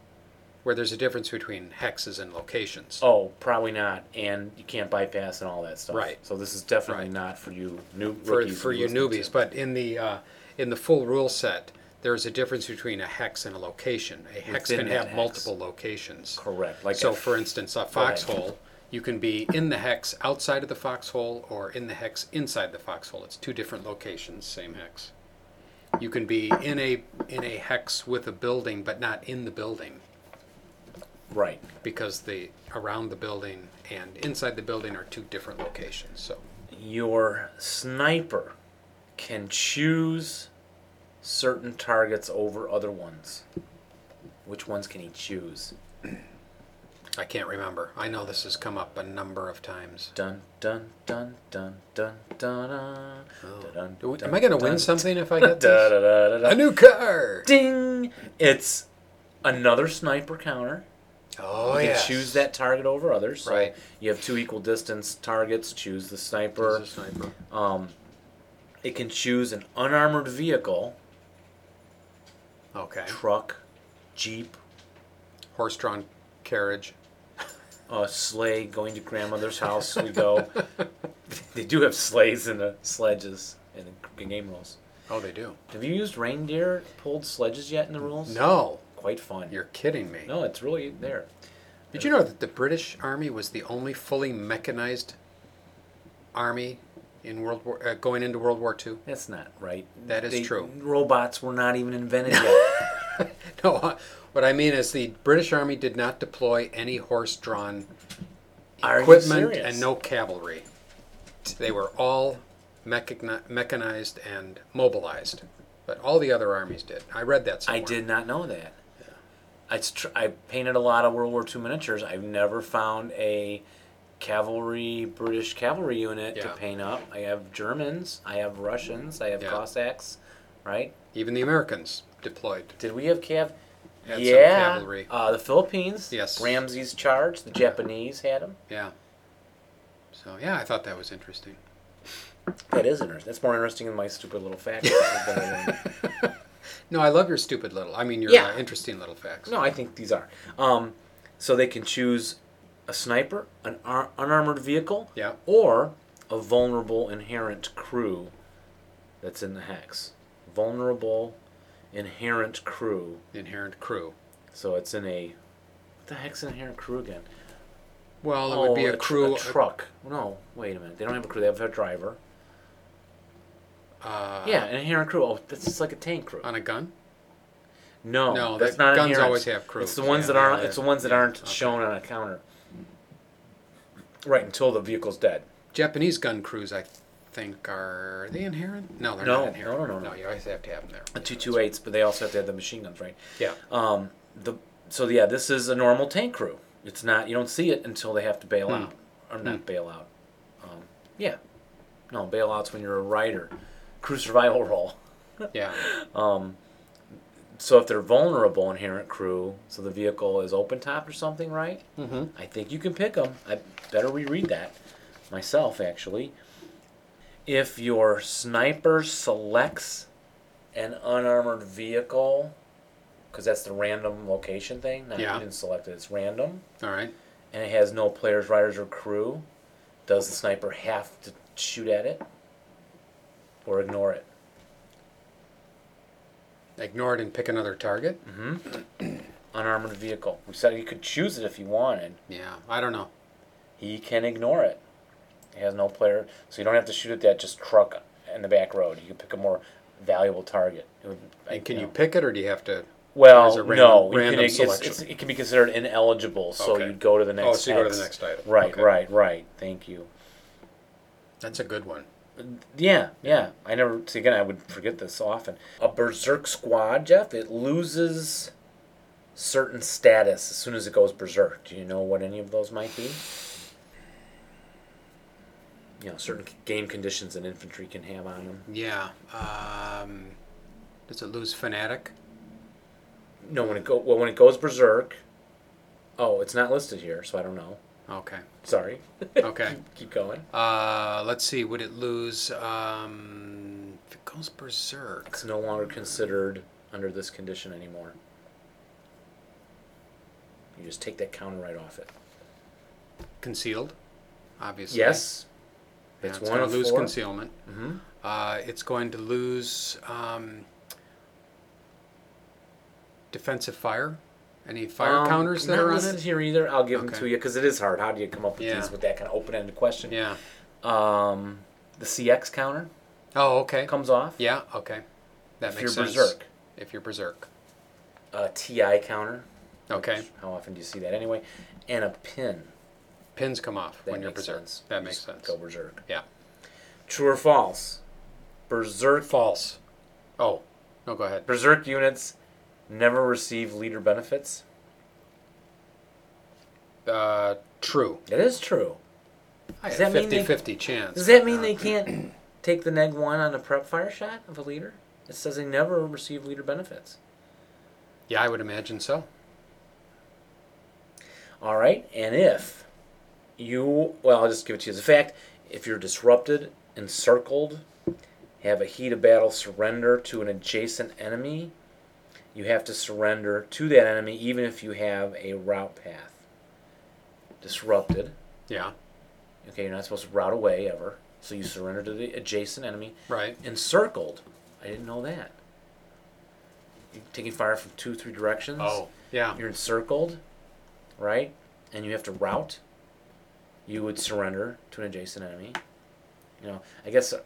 where there's a difference between hexes and locations.
Oh, probably not. And you can't bypass and all that stuff.
Right.
So this is definitely
Right.
not for you new
for,
rookies
for
and
you
listeners.
newbies, but in the, uh, in the full rule set, there's a difference between a hex and a location. A hex
Within
can
that
have
hex.
multiple locations.
Correct. Like
so,
a-
for instance, a foxhole, you can be in the hex outside of the foxhole or in the hex inside the foxhole. It's two different locations, same hex. You can be in a in a hex with a building, but not in the building
right.
because the around the building and inside the building are two different locations. So,
your sniper can choose certain targets over other ones. Which ones can he choose?
I can't remember. I know this has come up a number of times.
Dun dun dun dun dun dun dun. dun,
Do we-
dun,
Oh. Am I going to
dun,
win something if I
dun, <laughs>
get
da,
this?
da, da, da, da.
A new car.
Ding! It's another sniper counter.
Oh
You
yeah.
can choose that target over others. So
Right.
You have two equal distance targets. Choose the sniper.
sniper.
Um, it can choose an unarmored vehicle,
Okay.
truck, jeep,
Horse-drawn carriage.
a sleigh going to grandmother's house.
<laughs>
We go. they do have sleighs and the sledges in the game rules.
Oh, they do.
Have you used reindeer pulled sledges yet in the rules?
No,
Quite fun.
you're kidding me.
No, it's really there.
Did you know that the British Army was the only fully mechanized army in World War uh, going into World War II?
That's not right.
That is true.
Robots were not even
<laughs>
invented yet.
<laughs> No, uh, what I mean is the British Army did not deploy any horse-drawn
Are you
equipment
serious?
and no cavalry. They were all mechani- mechanized and mobilized, but all the other armies did. I read that
I
somewhere.
did not know that. It's tr- I painted a lot of World War II miniatures. I've never found a cavalry British cavalry unit to
Yeah.
paint up. I have Germans. I have Russians. I have
Yeah.
Cossacks. Right?
Even the Americans deployed.
Did we have cav?
Had some
yeah.
cavalry.
Uh, the Philippines.
Yes.
Ramses charged. The Japanese had them.
Yeah. So yeah, I thought that was interesting.
That is interesting. That's more interesting than my stupid
<laughs>
little fact. than-
No, I love your stupid little. I mean, your
Yeah.
uh, interesting little facts.
No, I think these are. Um, so they can choose a sniper, an ar- unarmored vehicle,
Yeah.
or a vulnerable inherent crew that's in the hex. Vulnerable inherent crew.
Inherent crew.
So it's in a what the heck's an inherent crew again?
Well, it would be
Oh,
a crew.
a truck. No, wait a minute. They don't have a crew. They have a driver.
Uh,
yeah, an inherent crew. Oh, that's just like a tank crew.
On a gun?
No,
No,
that's
that-
not
guns
inherent.
always have crews.
It's the ones
Yeah,
that aren't.
yeah,
It's the
yeah.
ones that aren't shown on a counter. Right until the vehicle's dead.
Japanese gun crews, I think, are, are they inherent? No, they're
No,
not inherent.
no, no, no,
No,
no.
you always have to have them there.
The two two eights, but they also have to have the machine guns, right?
Yeah.
Um. The so yeah, this is a normal tank crew. It's not. You don't see it until they have to
Hmm.
bail out or not bail out. Um. Yeah. No bailouts when you're a rider, crew survival <laughs> role.
Yeah.
So if they're vulnerable, inherent crew, so the vehicle is open topped or something, right? Mm-hmm. I think you can pick them. I better reread that myself, actually. If your sniper selects an unarmored vehicle, because that's the random location thing, not
Yeah.
you didn't select it, it's random,
All right.
and it has no players, riders, or crew, does the sniper have to shoot at it or ignore it?
Ignore it and pick another target?
Mm-hmm. Unarmored vehicle. We said you could choose it if you wanted.
Yeah. I don't know.
he can ignore it. He has no player, so you don't have to shoot at that just truck in the back road. You can pick a more valuable target. It would- I-
And can you
know.
pick it or do you have to?
Well,
is it random-
no, you
random
can, it's-
selection?
it's- it can be considered ineligible, so
Okay.
you go to the next.
Oh, so you go to the
X.
next item.
Right,
Okay.
right, right. Thank you.
That's a good one.
Yeah, yeah. I never. See, again, I would forget this so often. A berserk squad, Jeff. It loses certain status as soon as it goes berserk. Do you know what any of those might be? You know, certain game conditions that infantry can have on them.
Yeah. Um, does it lose fanatic?
No, when it go well, when it goes berserk. Oh, it's not listed here, so I don't know.
Okay.
Sorry. <laughs>
Okay.
Keep going.
Uh, let's see. Would it lose? Um, if it goes berserk,
It's no longer considered under this condition anymore. You just take that counter right off it.
concealed, obviously.
Yes.
Yeah,
It's
it's
one
going
of
to lose
four. Mm-hmm.
concealment. Uh, it's going to lose um, defensive fire. Any fire
Um,
counters that
not
are on
listed
it?
here either. I'll give them
Okay.
to you because it is hard. How do you come up with
Yeah.
these with that kind of open-ended question?
Yeah.
Um, the CX counter
Oh, okay.
comes off.
Yeah. Okay. That
If
makes
you're
sense.
berserk,
If you're berserk.
a TI counter.
Okay.
How often do you see that anyway? And a pin.
Pins come off
That
when you're
makes
berserk.
sense.
That
You
makes
just
sense.
Go berserk.
Yeah.
True or false? Berserk.
False. Oh. No. Go ahead.
Berserk units never receive leader benefits.
Uh, true.
It is true.
I
Does
had
that mean they-
50 50 chance.
Does that
but,
mean
uh,
they can't
<clears throat>
take the neg one on a prep fire shot of a leader? It says they never receive leader benefits.
Yeah, I would imagine so.
All right, and if you, well, I'll just give it to you as a fact. If you're disrupted, encircled, have a heat of battle, surrender to an adjacent enemy, you have to surrender to that enemy even if you have a route path. Disrupted,
Yeah.
okay, you're not supposed to route away ever, so you surrender to the adjacent enemy.
Right.
Encircled, I didn't know that. You're taking fire from two, three directions
Oh. Yeah.
you're encircled, right? And you have to rout. You would surrender to an adjacent enemy. You know, I guess. uh,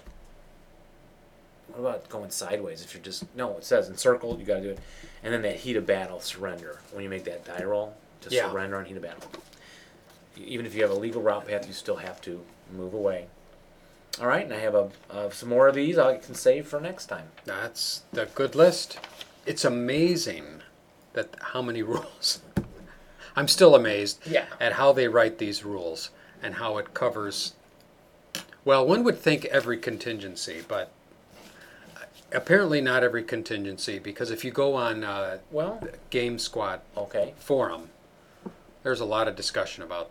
What about going sideways? If you're just no, it says encircled. You got to do it, and then that heat of battle surrender when you make that die roll to
Yeah.
surrender on heat of battle. E, Even if you have a legal route path, you still have to move away. All right, and I have a, uh, some more of these I can save for next time.
That's the good list. It's amazing that how many <laughs> rules. I'm still amazed
Yeah.
at how they write these rules and how it covers. Well, one would think every contingency, but apparently not every contingency because if you go on uh,
Well,
Game Squad
okay.
forum, there's a lot of discussion about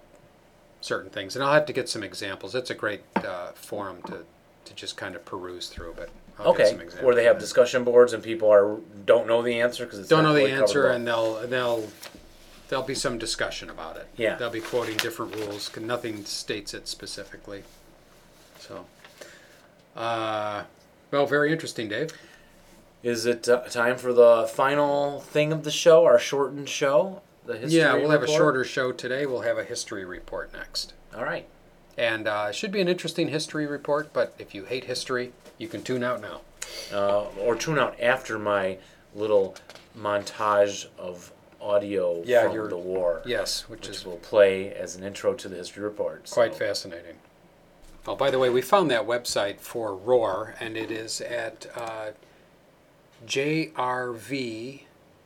certain things, and I'll have to get some examples. It's a great uh, forum to, to just kind of peruse through, but I'll get
Okay,
some examples.
where they have discussion boards and people are don't know the answer because
don't know the answer, and they'll and they'll there'll be some discussion about it.
Yeah.
They'll be quoting different rules, 'cause nothing states it specifically. So, uh, well, very interesting, Dave.
Is it uh, time for the final thing of the show, our shortened show? The history
yeah, we'll have a
report?
shorter show today. We'll have a history report next.
All right.
And uh, it should be an interesting history report, but if you hate history, you can tune out now.
uh, or tune out after my little montage of audio
Yeah,
from
you're-
the war.
Yes, which,
which
is
will play as an intro to the history report. so-
quite fascinating. Oh, by the way, we found that website for Roar, and it is at uh, E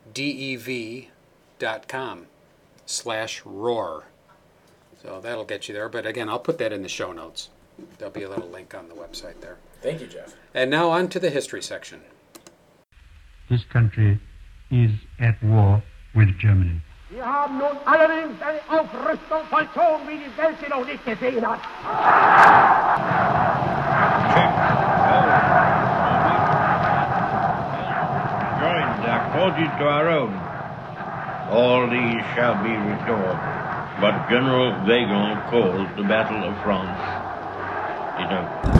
jrvdev.com slash roar. So that'll get you there. But again, I'll put that in the show notes. There'll be a little link on the website there.
Thank you, Jeff.
And now on to the history section.
this country is at war with Germany.
Wir haben nun allerdings eine Aufrüstung vollzogen, wie die Welt sie noch nicht gesehen hat.
Joined according to our own. All these shall be restored. But General Vagon calls the Battle of France. It opened.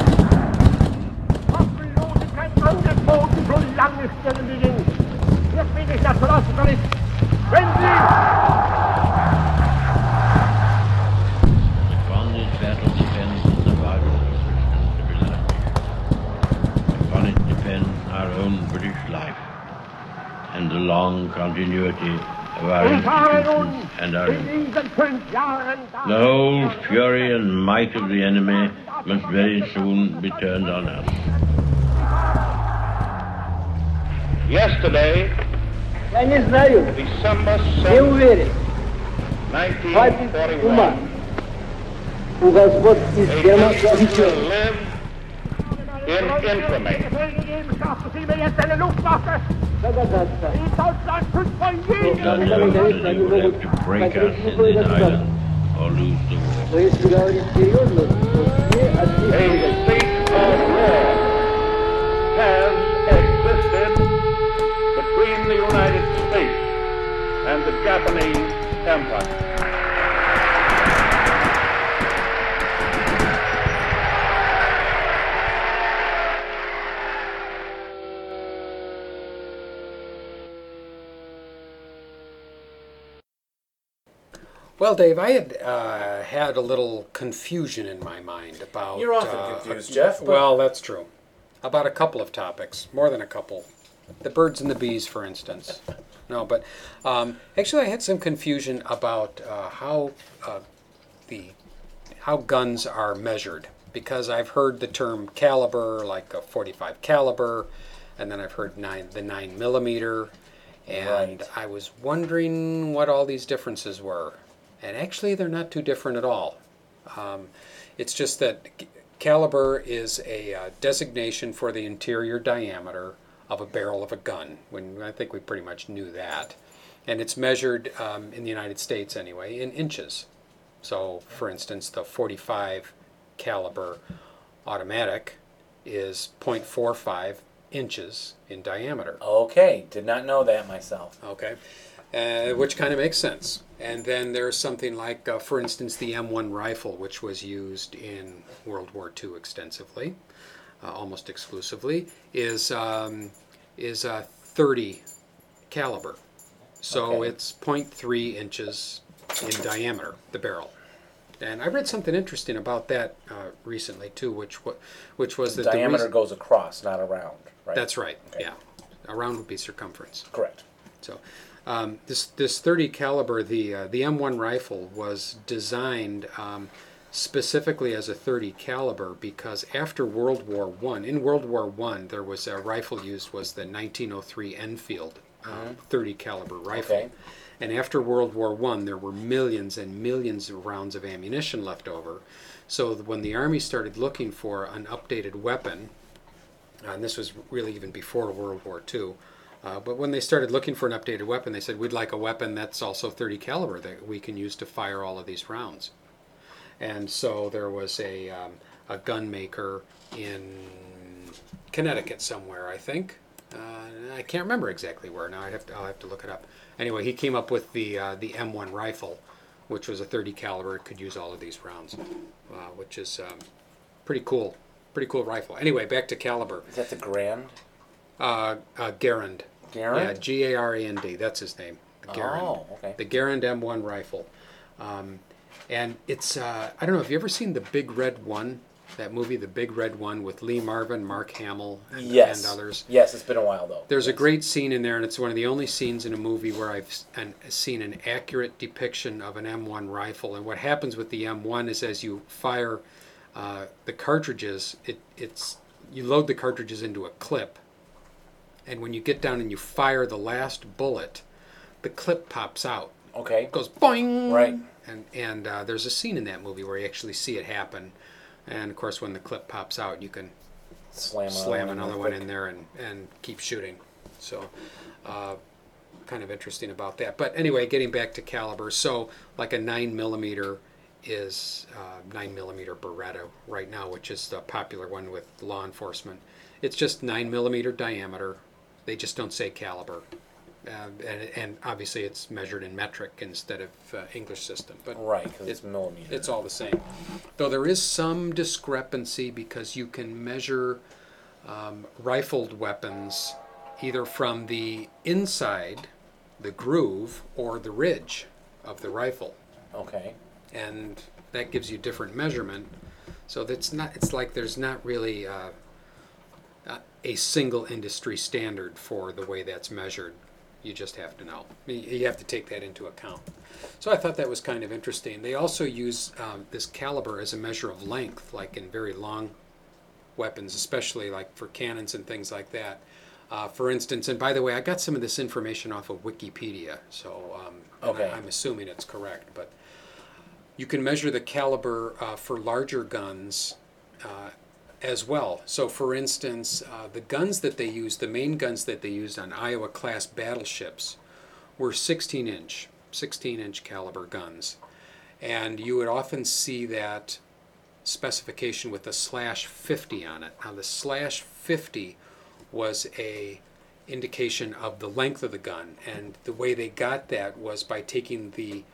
Waffenlosigkeit angeboten, solange es denn beginnt. Jetzt bin ich das Verlassen ist. Wenn Sie...
Upon this battle depends the survival of the Christian civilization. Upon it depends our own British life and the long continuity of our
Ich habe nun
institutions and uh, our
in diesen fünf Jahren...
The whole fury and might of the enemy must very soon be turned on us.
Yesterday,
Я не знаю,
December
не
7,
уверен. Хватит ума.
1941,
У господ из
a
Германии
nation
ничего.
will live in infamy.
Догадаться.
None knows that they would have to break us in this island or lose the war.
Но если говорить серьезно, то все
A
отлично.
state of war has existed between the United States and the Japanese Empire.
Well, Dave, I had uh, had a little confusion in my mind about.
You're often
uh,
confused, Jeff, but-
Well, that's true. About a couple of topics, more than a couple. The birds and the bees, for instance. no, but um, actually, I had some confusion about uh, how uh, the how guns are measured because I've heard the term caliber, like a 45 caliber, and then I've heard nine the nine millimeter, and I was wondering what all these differences were, and actually they're not too different at all. Um, it's just that c- caliber is a uh, designation for the interior diameter of a barrel of a gun. When I think we pretty much knew that, and it's measured um, in the United States anyway in inches. So, for instance, the 45 caliber automatic is 0.45 inches in diameter.
Okay, did not know that myself.
Okay. Uh, which kind of makes sense. And then there's something like, uh, for instance, the M1 rifle, which was used in World War II extensively, uh, almost exclusively, is um, is a 30 caliber. So
Okay.
it's 0.3 inches in diameter, the barrel. And I read something interesting about that uh, recently too, which wa- which was that the
Diameter
reason-
goes across, not around. Right.
that's right.
Okay.
Yeah, around would be circumference.
correct.
So, um, this this 30 caliber, the uh, the M1 rifle was designed um, specifically as a 30 caliber because after World War One, in World War One, there was a rifle used was the 1903 Enfield um, 30 caliber rifle.
Okay.
And after World War One, there were millions and millions of rounds of ammunition left over. So th- when the army started looking for an updated weapon, Uh, and this was really even before World War II. Uh, but when they started looking for an updated weapon, they said, "We'd like a weapon that's also 30 caliber that we can use to fire all of these rounds." And so there was a um, a gun maker in Connecticut somewhere, I think, uh, I can't remember exactly where now. I have to, I'll have to look it up. Anyway, he came up with the uh, the M1 rifle, which was a 30 caliber. It could use all of these rounds, uh, which is um, pretty cool. Pretty cool rifle. Anyway, back to caliber.
Is that the Grand?
Uh, uh, Garand.
Garand?
Yeah, G A R A N D. That's his name. The Garand.
Oh, okay.
The Garand M1 rifle, um, and it's uh, I don't know. Have you ever seen the Big Red One? That movie, The Big Red One, with Lee Marvin, Mark Hamill, and,
Yes.
and others.
Yes, it's been a while though.
There's a
Yes.
great scene in there, and it's one of the only scenes in a movie where I've s- an, seen an accurate depiction of an M1 rifle. And what happens with the M1 is as you fire uh, the cartridges, it, it's you load the cartridges into a clip, and when you get down and you fire the last bullet, the clip pops out.
Okay.
It goes boing.
Right.
And and uh, there's a scene in that movie where you actually see it happen, and of course when the clip pops out, you can
Slam, another
slam
one in
another
real
one
quick.
in there and, and keep shooting. So, uh, kind of interesting about that. But anyway, getting back to caliber, so like a nine millimeter is uh, nine millimeter Beretta right now, which is the popular one with law enforcement. It's just nine millimeter diameter. They just don't say caliber. Uh, and, and obviously, it's measured in metric instead of uh, English system. But
Right, 'cause it's millimeter.
It's all the same, though there is some discrepancy because you can measure um, rifled weapons either from the inside, the groove, or the ridge of the rifle.
Okay.
And that gives you different measurement. So that's not, it's like there's not really uh, uh, a single industry standard for the way that's measured. You just have to know. You- You have to take that into account. So I thought that was kind of interesting. They also use um, this caliber as a measure of length, like in very long weapons, especially like for cannons and things like that. Uh, for instance, and by the way, I got some of this information off of Wikipedia, so um, and
Okay.
I, am assuming it's correct. But you can measure the caliber uh, for larger guns uh, as well. So, for instance, uh, the guns that they used, the main guns that they used on Iowa class battleships, were 16 inch, 16 inch caliber guns. And you would often see that specification with a slash 50 on it. Now the slash 50 was a indication of the length of the gun, and the way they got that was by taking the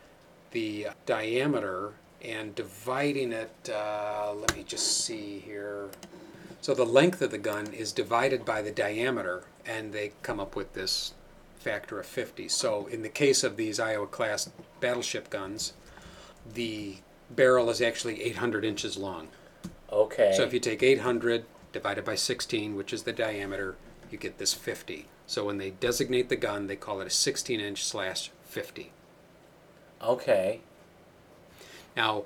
the diameter and dividing it. Uh, let me just see here. So the length of the gun is divided by the diameter, and they come up with this factor of 50. So in the case of these Iowa class battleship guns, the barrel is actually 800 inches long.
Okay.
So if you take 800 divided by 16, which is the diameter, you get this 50. So when they designate the gun, they call it a 16 inch slash 50.
okay.
Now,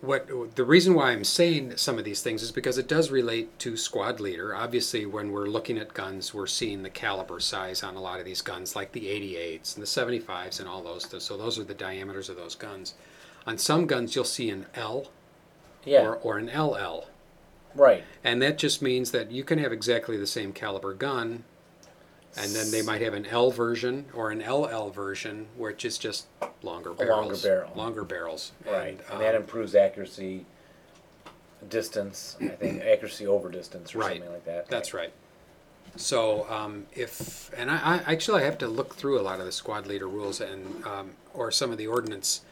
what the reason why I'm saying some of these things is because it does relate to squad leader. Obviously, when we're looking at guns, we're seeing the caliber size on a lot of these guns, like the 88s and the 75s and all those. So those are the diameters of those guns. On some guns, you'll see an L
Yeah.
or, or an LL.
right.
And that just means that you can have exactly the same caliber gun, and then they might have an L version or an LL version, which is just longer
longer
barrels.
barrel.
Longer barrels.
Right. And,
And,
that
um,
improves accuracy, distance. I think accuracy over distance or
Right.
something like that.
that's right. So um, if and I, I actually I have to look through a lot of the squad leader rules and um, or some of the ordinance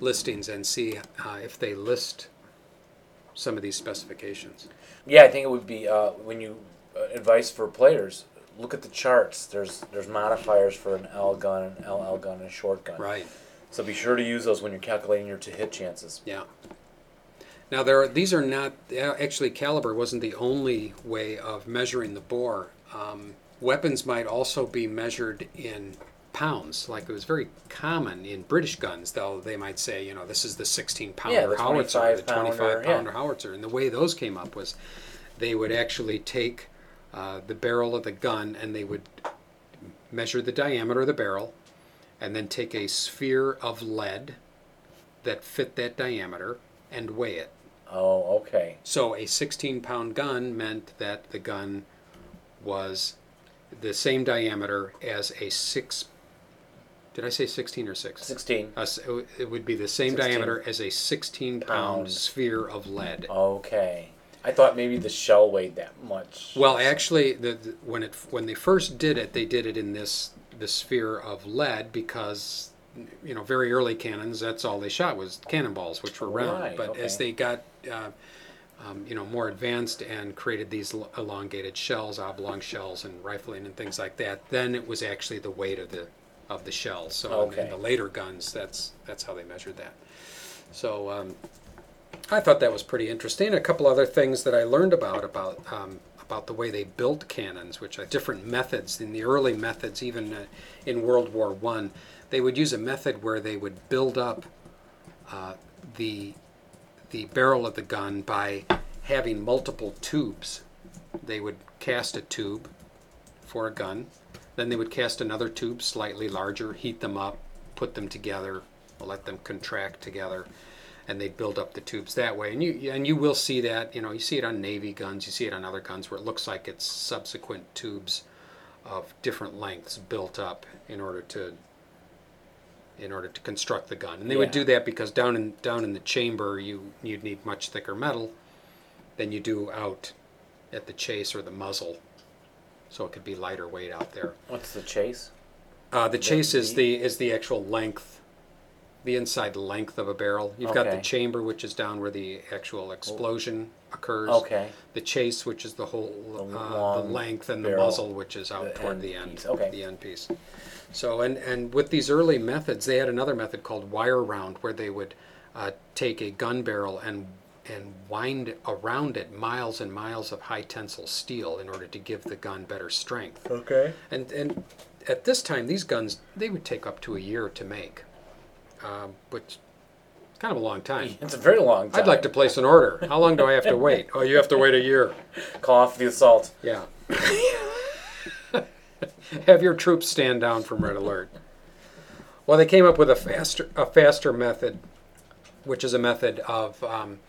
listings and see uh, if they list some of these specifications.
Yeah, I think it would be uh, when you uh, advice for players. Look at the charts. There's there's modifiers for an L gun, an LL gun, and a short gun.
Right.
So be sure to use those when you're calculating your to hit chances.
Yeah. Now there are, these are not actually caliber wasn't the only way of measuring the bore. Um, weapons might also be measured in pounds, like it was very common in British guns. Though they might say, you know, this is the 16
Yeah,
pounder
the
howitzer, or the
25 pounder,
25
yeah.
pounder howitzer, and the way those came up was they would actually take uh, the barrel of the gun and they would measure the diameter of the barrel, and then take a sphere of lead that fit that diameter and weigh it.
Oh, okay.
So a 16 pound gun meant that the gun was the same diameter as a six. Did I say 16 or six?
Sixteen.
A s- it would be the same
16.
diameter as a 16 pound
Pound.
sphere of lead.
Okay. I thought maybe the shell weighed that much.
Well, actually, the, the, when it when they first did it, they did it in this the sphere of lead because you know very early cannons that's all they shot was cannonballs which were round
Right,
but as
okay.
they got uh, um, you know more advanced and created these l- elongated shells oblong shells and rifling and things like that then it was actually the weight of the of the shell so in the- in
Okay.
the later guns that's that's how they measured that so um, I thought that was pretty interesting. A couple other things that I learned about about um, about the way they built cannons, which are different methods. In the early methods, even uh, in World War One, they would use a method where they would build up uh, the the barrel of the gun by having multiple tubes. They would cast a tube for a gun, then they would cast another tube slightly larger, heat them up, put them together, let them contract together, and they'd build up the tubes that way. And you and you will see that, you know, you see it on navy guns, you see it on other guns where it looks like it's subsequent tubes of different lengths built up in order to in order to construct the gun. And they would
Yeah.
do that because down in down in the chamber you you'd need much thicker metal than you do out at the chase or the muzzle. So it could be lighter weight out there.
What's the chase?
Uh, the chase is the is the actual length, the inside length of a barrel. You've got the
Okay. Oh.
chamber, which is down where the actual explosion occurs.
Okay.
The chase, which is the whole
The
uh, the
long
length, and the
barrel.
muzzle, which is out
The
toward
end
the end.
piece, okay.
The end piece. So and and with these early methods, they had another method called wire round, where they would uh, take a gun barrel and and wind around it miles and miles of high tensile steel in order to give the gun better strength.
Okay.
And and at this time, these guns they would take up to a year to make, um, which is kind of a long time.
It's a very long time.
I'd like to place an order. How long do I have to wait? Oh, you have to wait a year.
call off the assault.
Yeah. <laughs> have your troops stand down from red alert. Well, they came up with a faster a faster method, which is a method of um,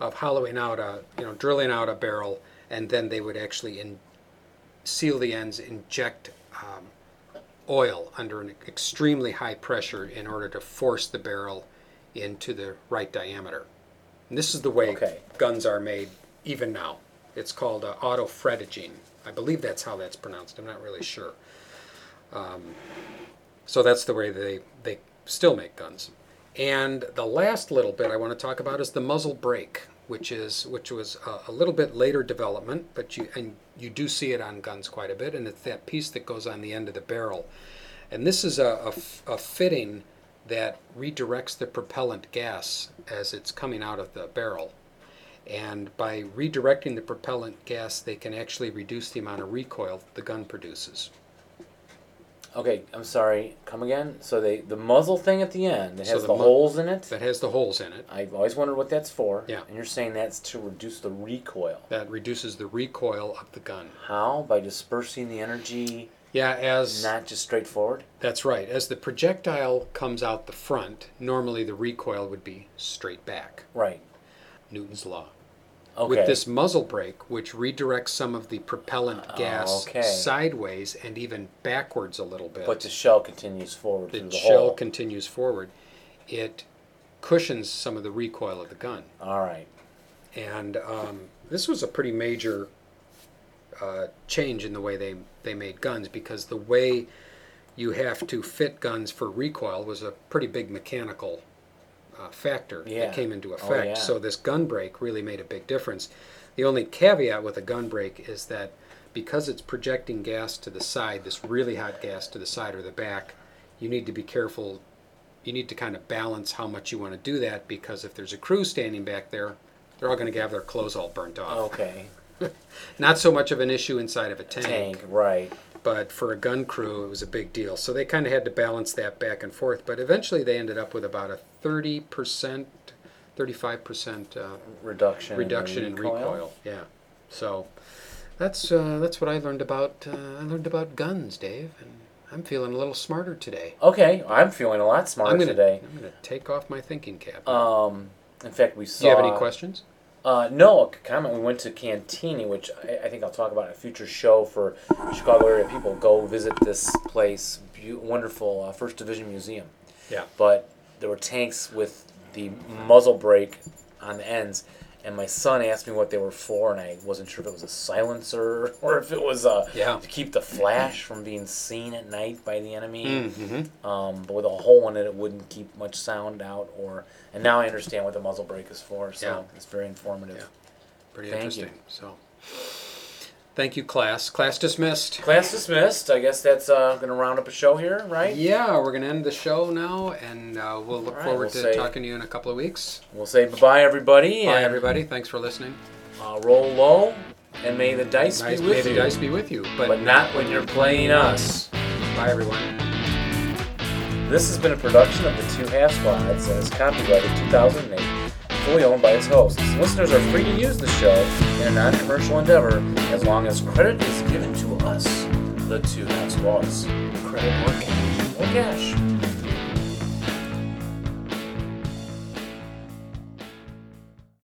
of hollowing out a you know drilling out a barrel, and then they would actually in, seal the ends, inject um, oil under an extremely high pressure in order to force the barrel into the right diameter. And this is the way
Okay.
guns are made even now. It's called uh, auto fretaging. I believe that's how that's pronounced. I'm not really sure. Um, so that's the way they, they still make guns. And the last little bit I want to talk about is the muzzle brake, which is which was a, a little bit later development, but you and you do see it on guns quite a bit, and it's that piece that goes on the end of the barrel. And this is a, a f- a fitting that redirects the propellant gas as it's coming out of the barrel. And by redirecting the propellant gas, they can actually reduce the amount of recoil the gun produces.
Okay, I'm sorry. Come again. So they the muzzle thing at the end. It
So
has
the
the,
mu-
holes in it.
That has the holes in it.
I've always wondered what that's for.
Yeah.
And you're saying that's to reduce the recoil.
That reduces the recoil of the gun.
How? By dispersing the energy,
Yeah, as
not just straightforward.
that's right. As the projectile comes out the front, normally the recoil would be straight back.
Right.
Newton's law.
Okay.
with this muzzle brake, which redirects some of the propellant gas
Oh, okay.
sideways and even backwards a little bit.
but the shell continues forward
the,
through the
shell
hole.
continues forward. It cushions some of the recoil of the gun.
All right.
And um, this was a pretty major uh, change in the way they, they made guns because the way you have to fit guns for recoil was a pretty big mechanical uh, factor
Yeah.
that came into
Oh,
effect.
yeah.
So this gun brake really made a big difference. The only caveat with a gun brake is that because it's projecting gas to the side, this really hot gas to the side or the back, you need to be careful. You need to kind of balance how much you want to do that because if there's a crew standing back there, they're all going to have their clothes all burnt off.
Okay.
Not so much of an issue inside of a
Oh. Tank. Right.
but for a gun crew it was a big deal so they kind of had to balance that back and forth but eventually they ended up with about a 30% 35% uh,
Reduction.
reduction in recoil yeah so that's uh, that's what i learned about uh, i learned about guns dave and i'm feeling a little smarter today
Okay. I'm feeling a lot smarter
i'm gonna
today.
i'm gonna take off my thinking cap
Um. In fact, we saw.
do you have any questions
Uh, no, a comment. We went to Cantini, which I, I think I'll talk about in a future show for Chicago area people. Go visit this place, beau- wonderful uh, First Division Museum.
yeah
But there were tanks with the muzzle brake on the ends, and and my son asked me what they were for, and I wasn't sure if it was a silencer <laughs> or if it was a
Yeah.
to keep the flash from being seen at night by the enemy. Um, but with a hole in it, it wouldn't keep much sound out. Or and now I understand what the muzzle brake is for, so
Yeah.
it's very informative.
Pretty
Thank
interesting.
you.
So, thank you, class. Class dismissed.
Class dismissed. I guess that's uh, going to round up a show here, right?
Yeah, we're gonna end the show now, and uh, we'll look
All right,
forward
we'll
to
say-
talking to you in a couple of weeks.
We'll say bye-bye, everybody.
Bye,
and,
everybody. Thanks for listening.
Uh, roll low, and may the dice
Nice,
be with
may
you,
the dice be with you. But,
but not when you're playing us.
bye, everyone.
This has been a production of the Two Half Squads and is copyrighted 2008, fully owned by its hosts. Listeners are free to use the show in a non-commercial endeavor as long as credit is given to us, the Two Half Squads. Credit or cash? Or cash.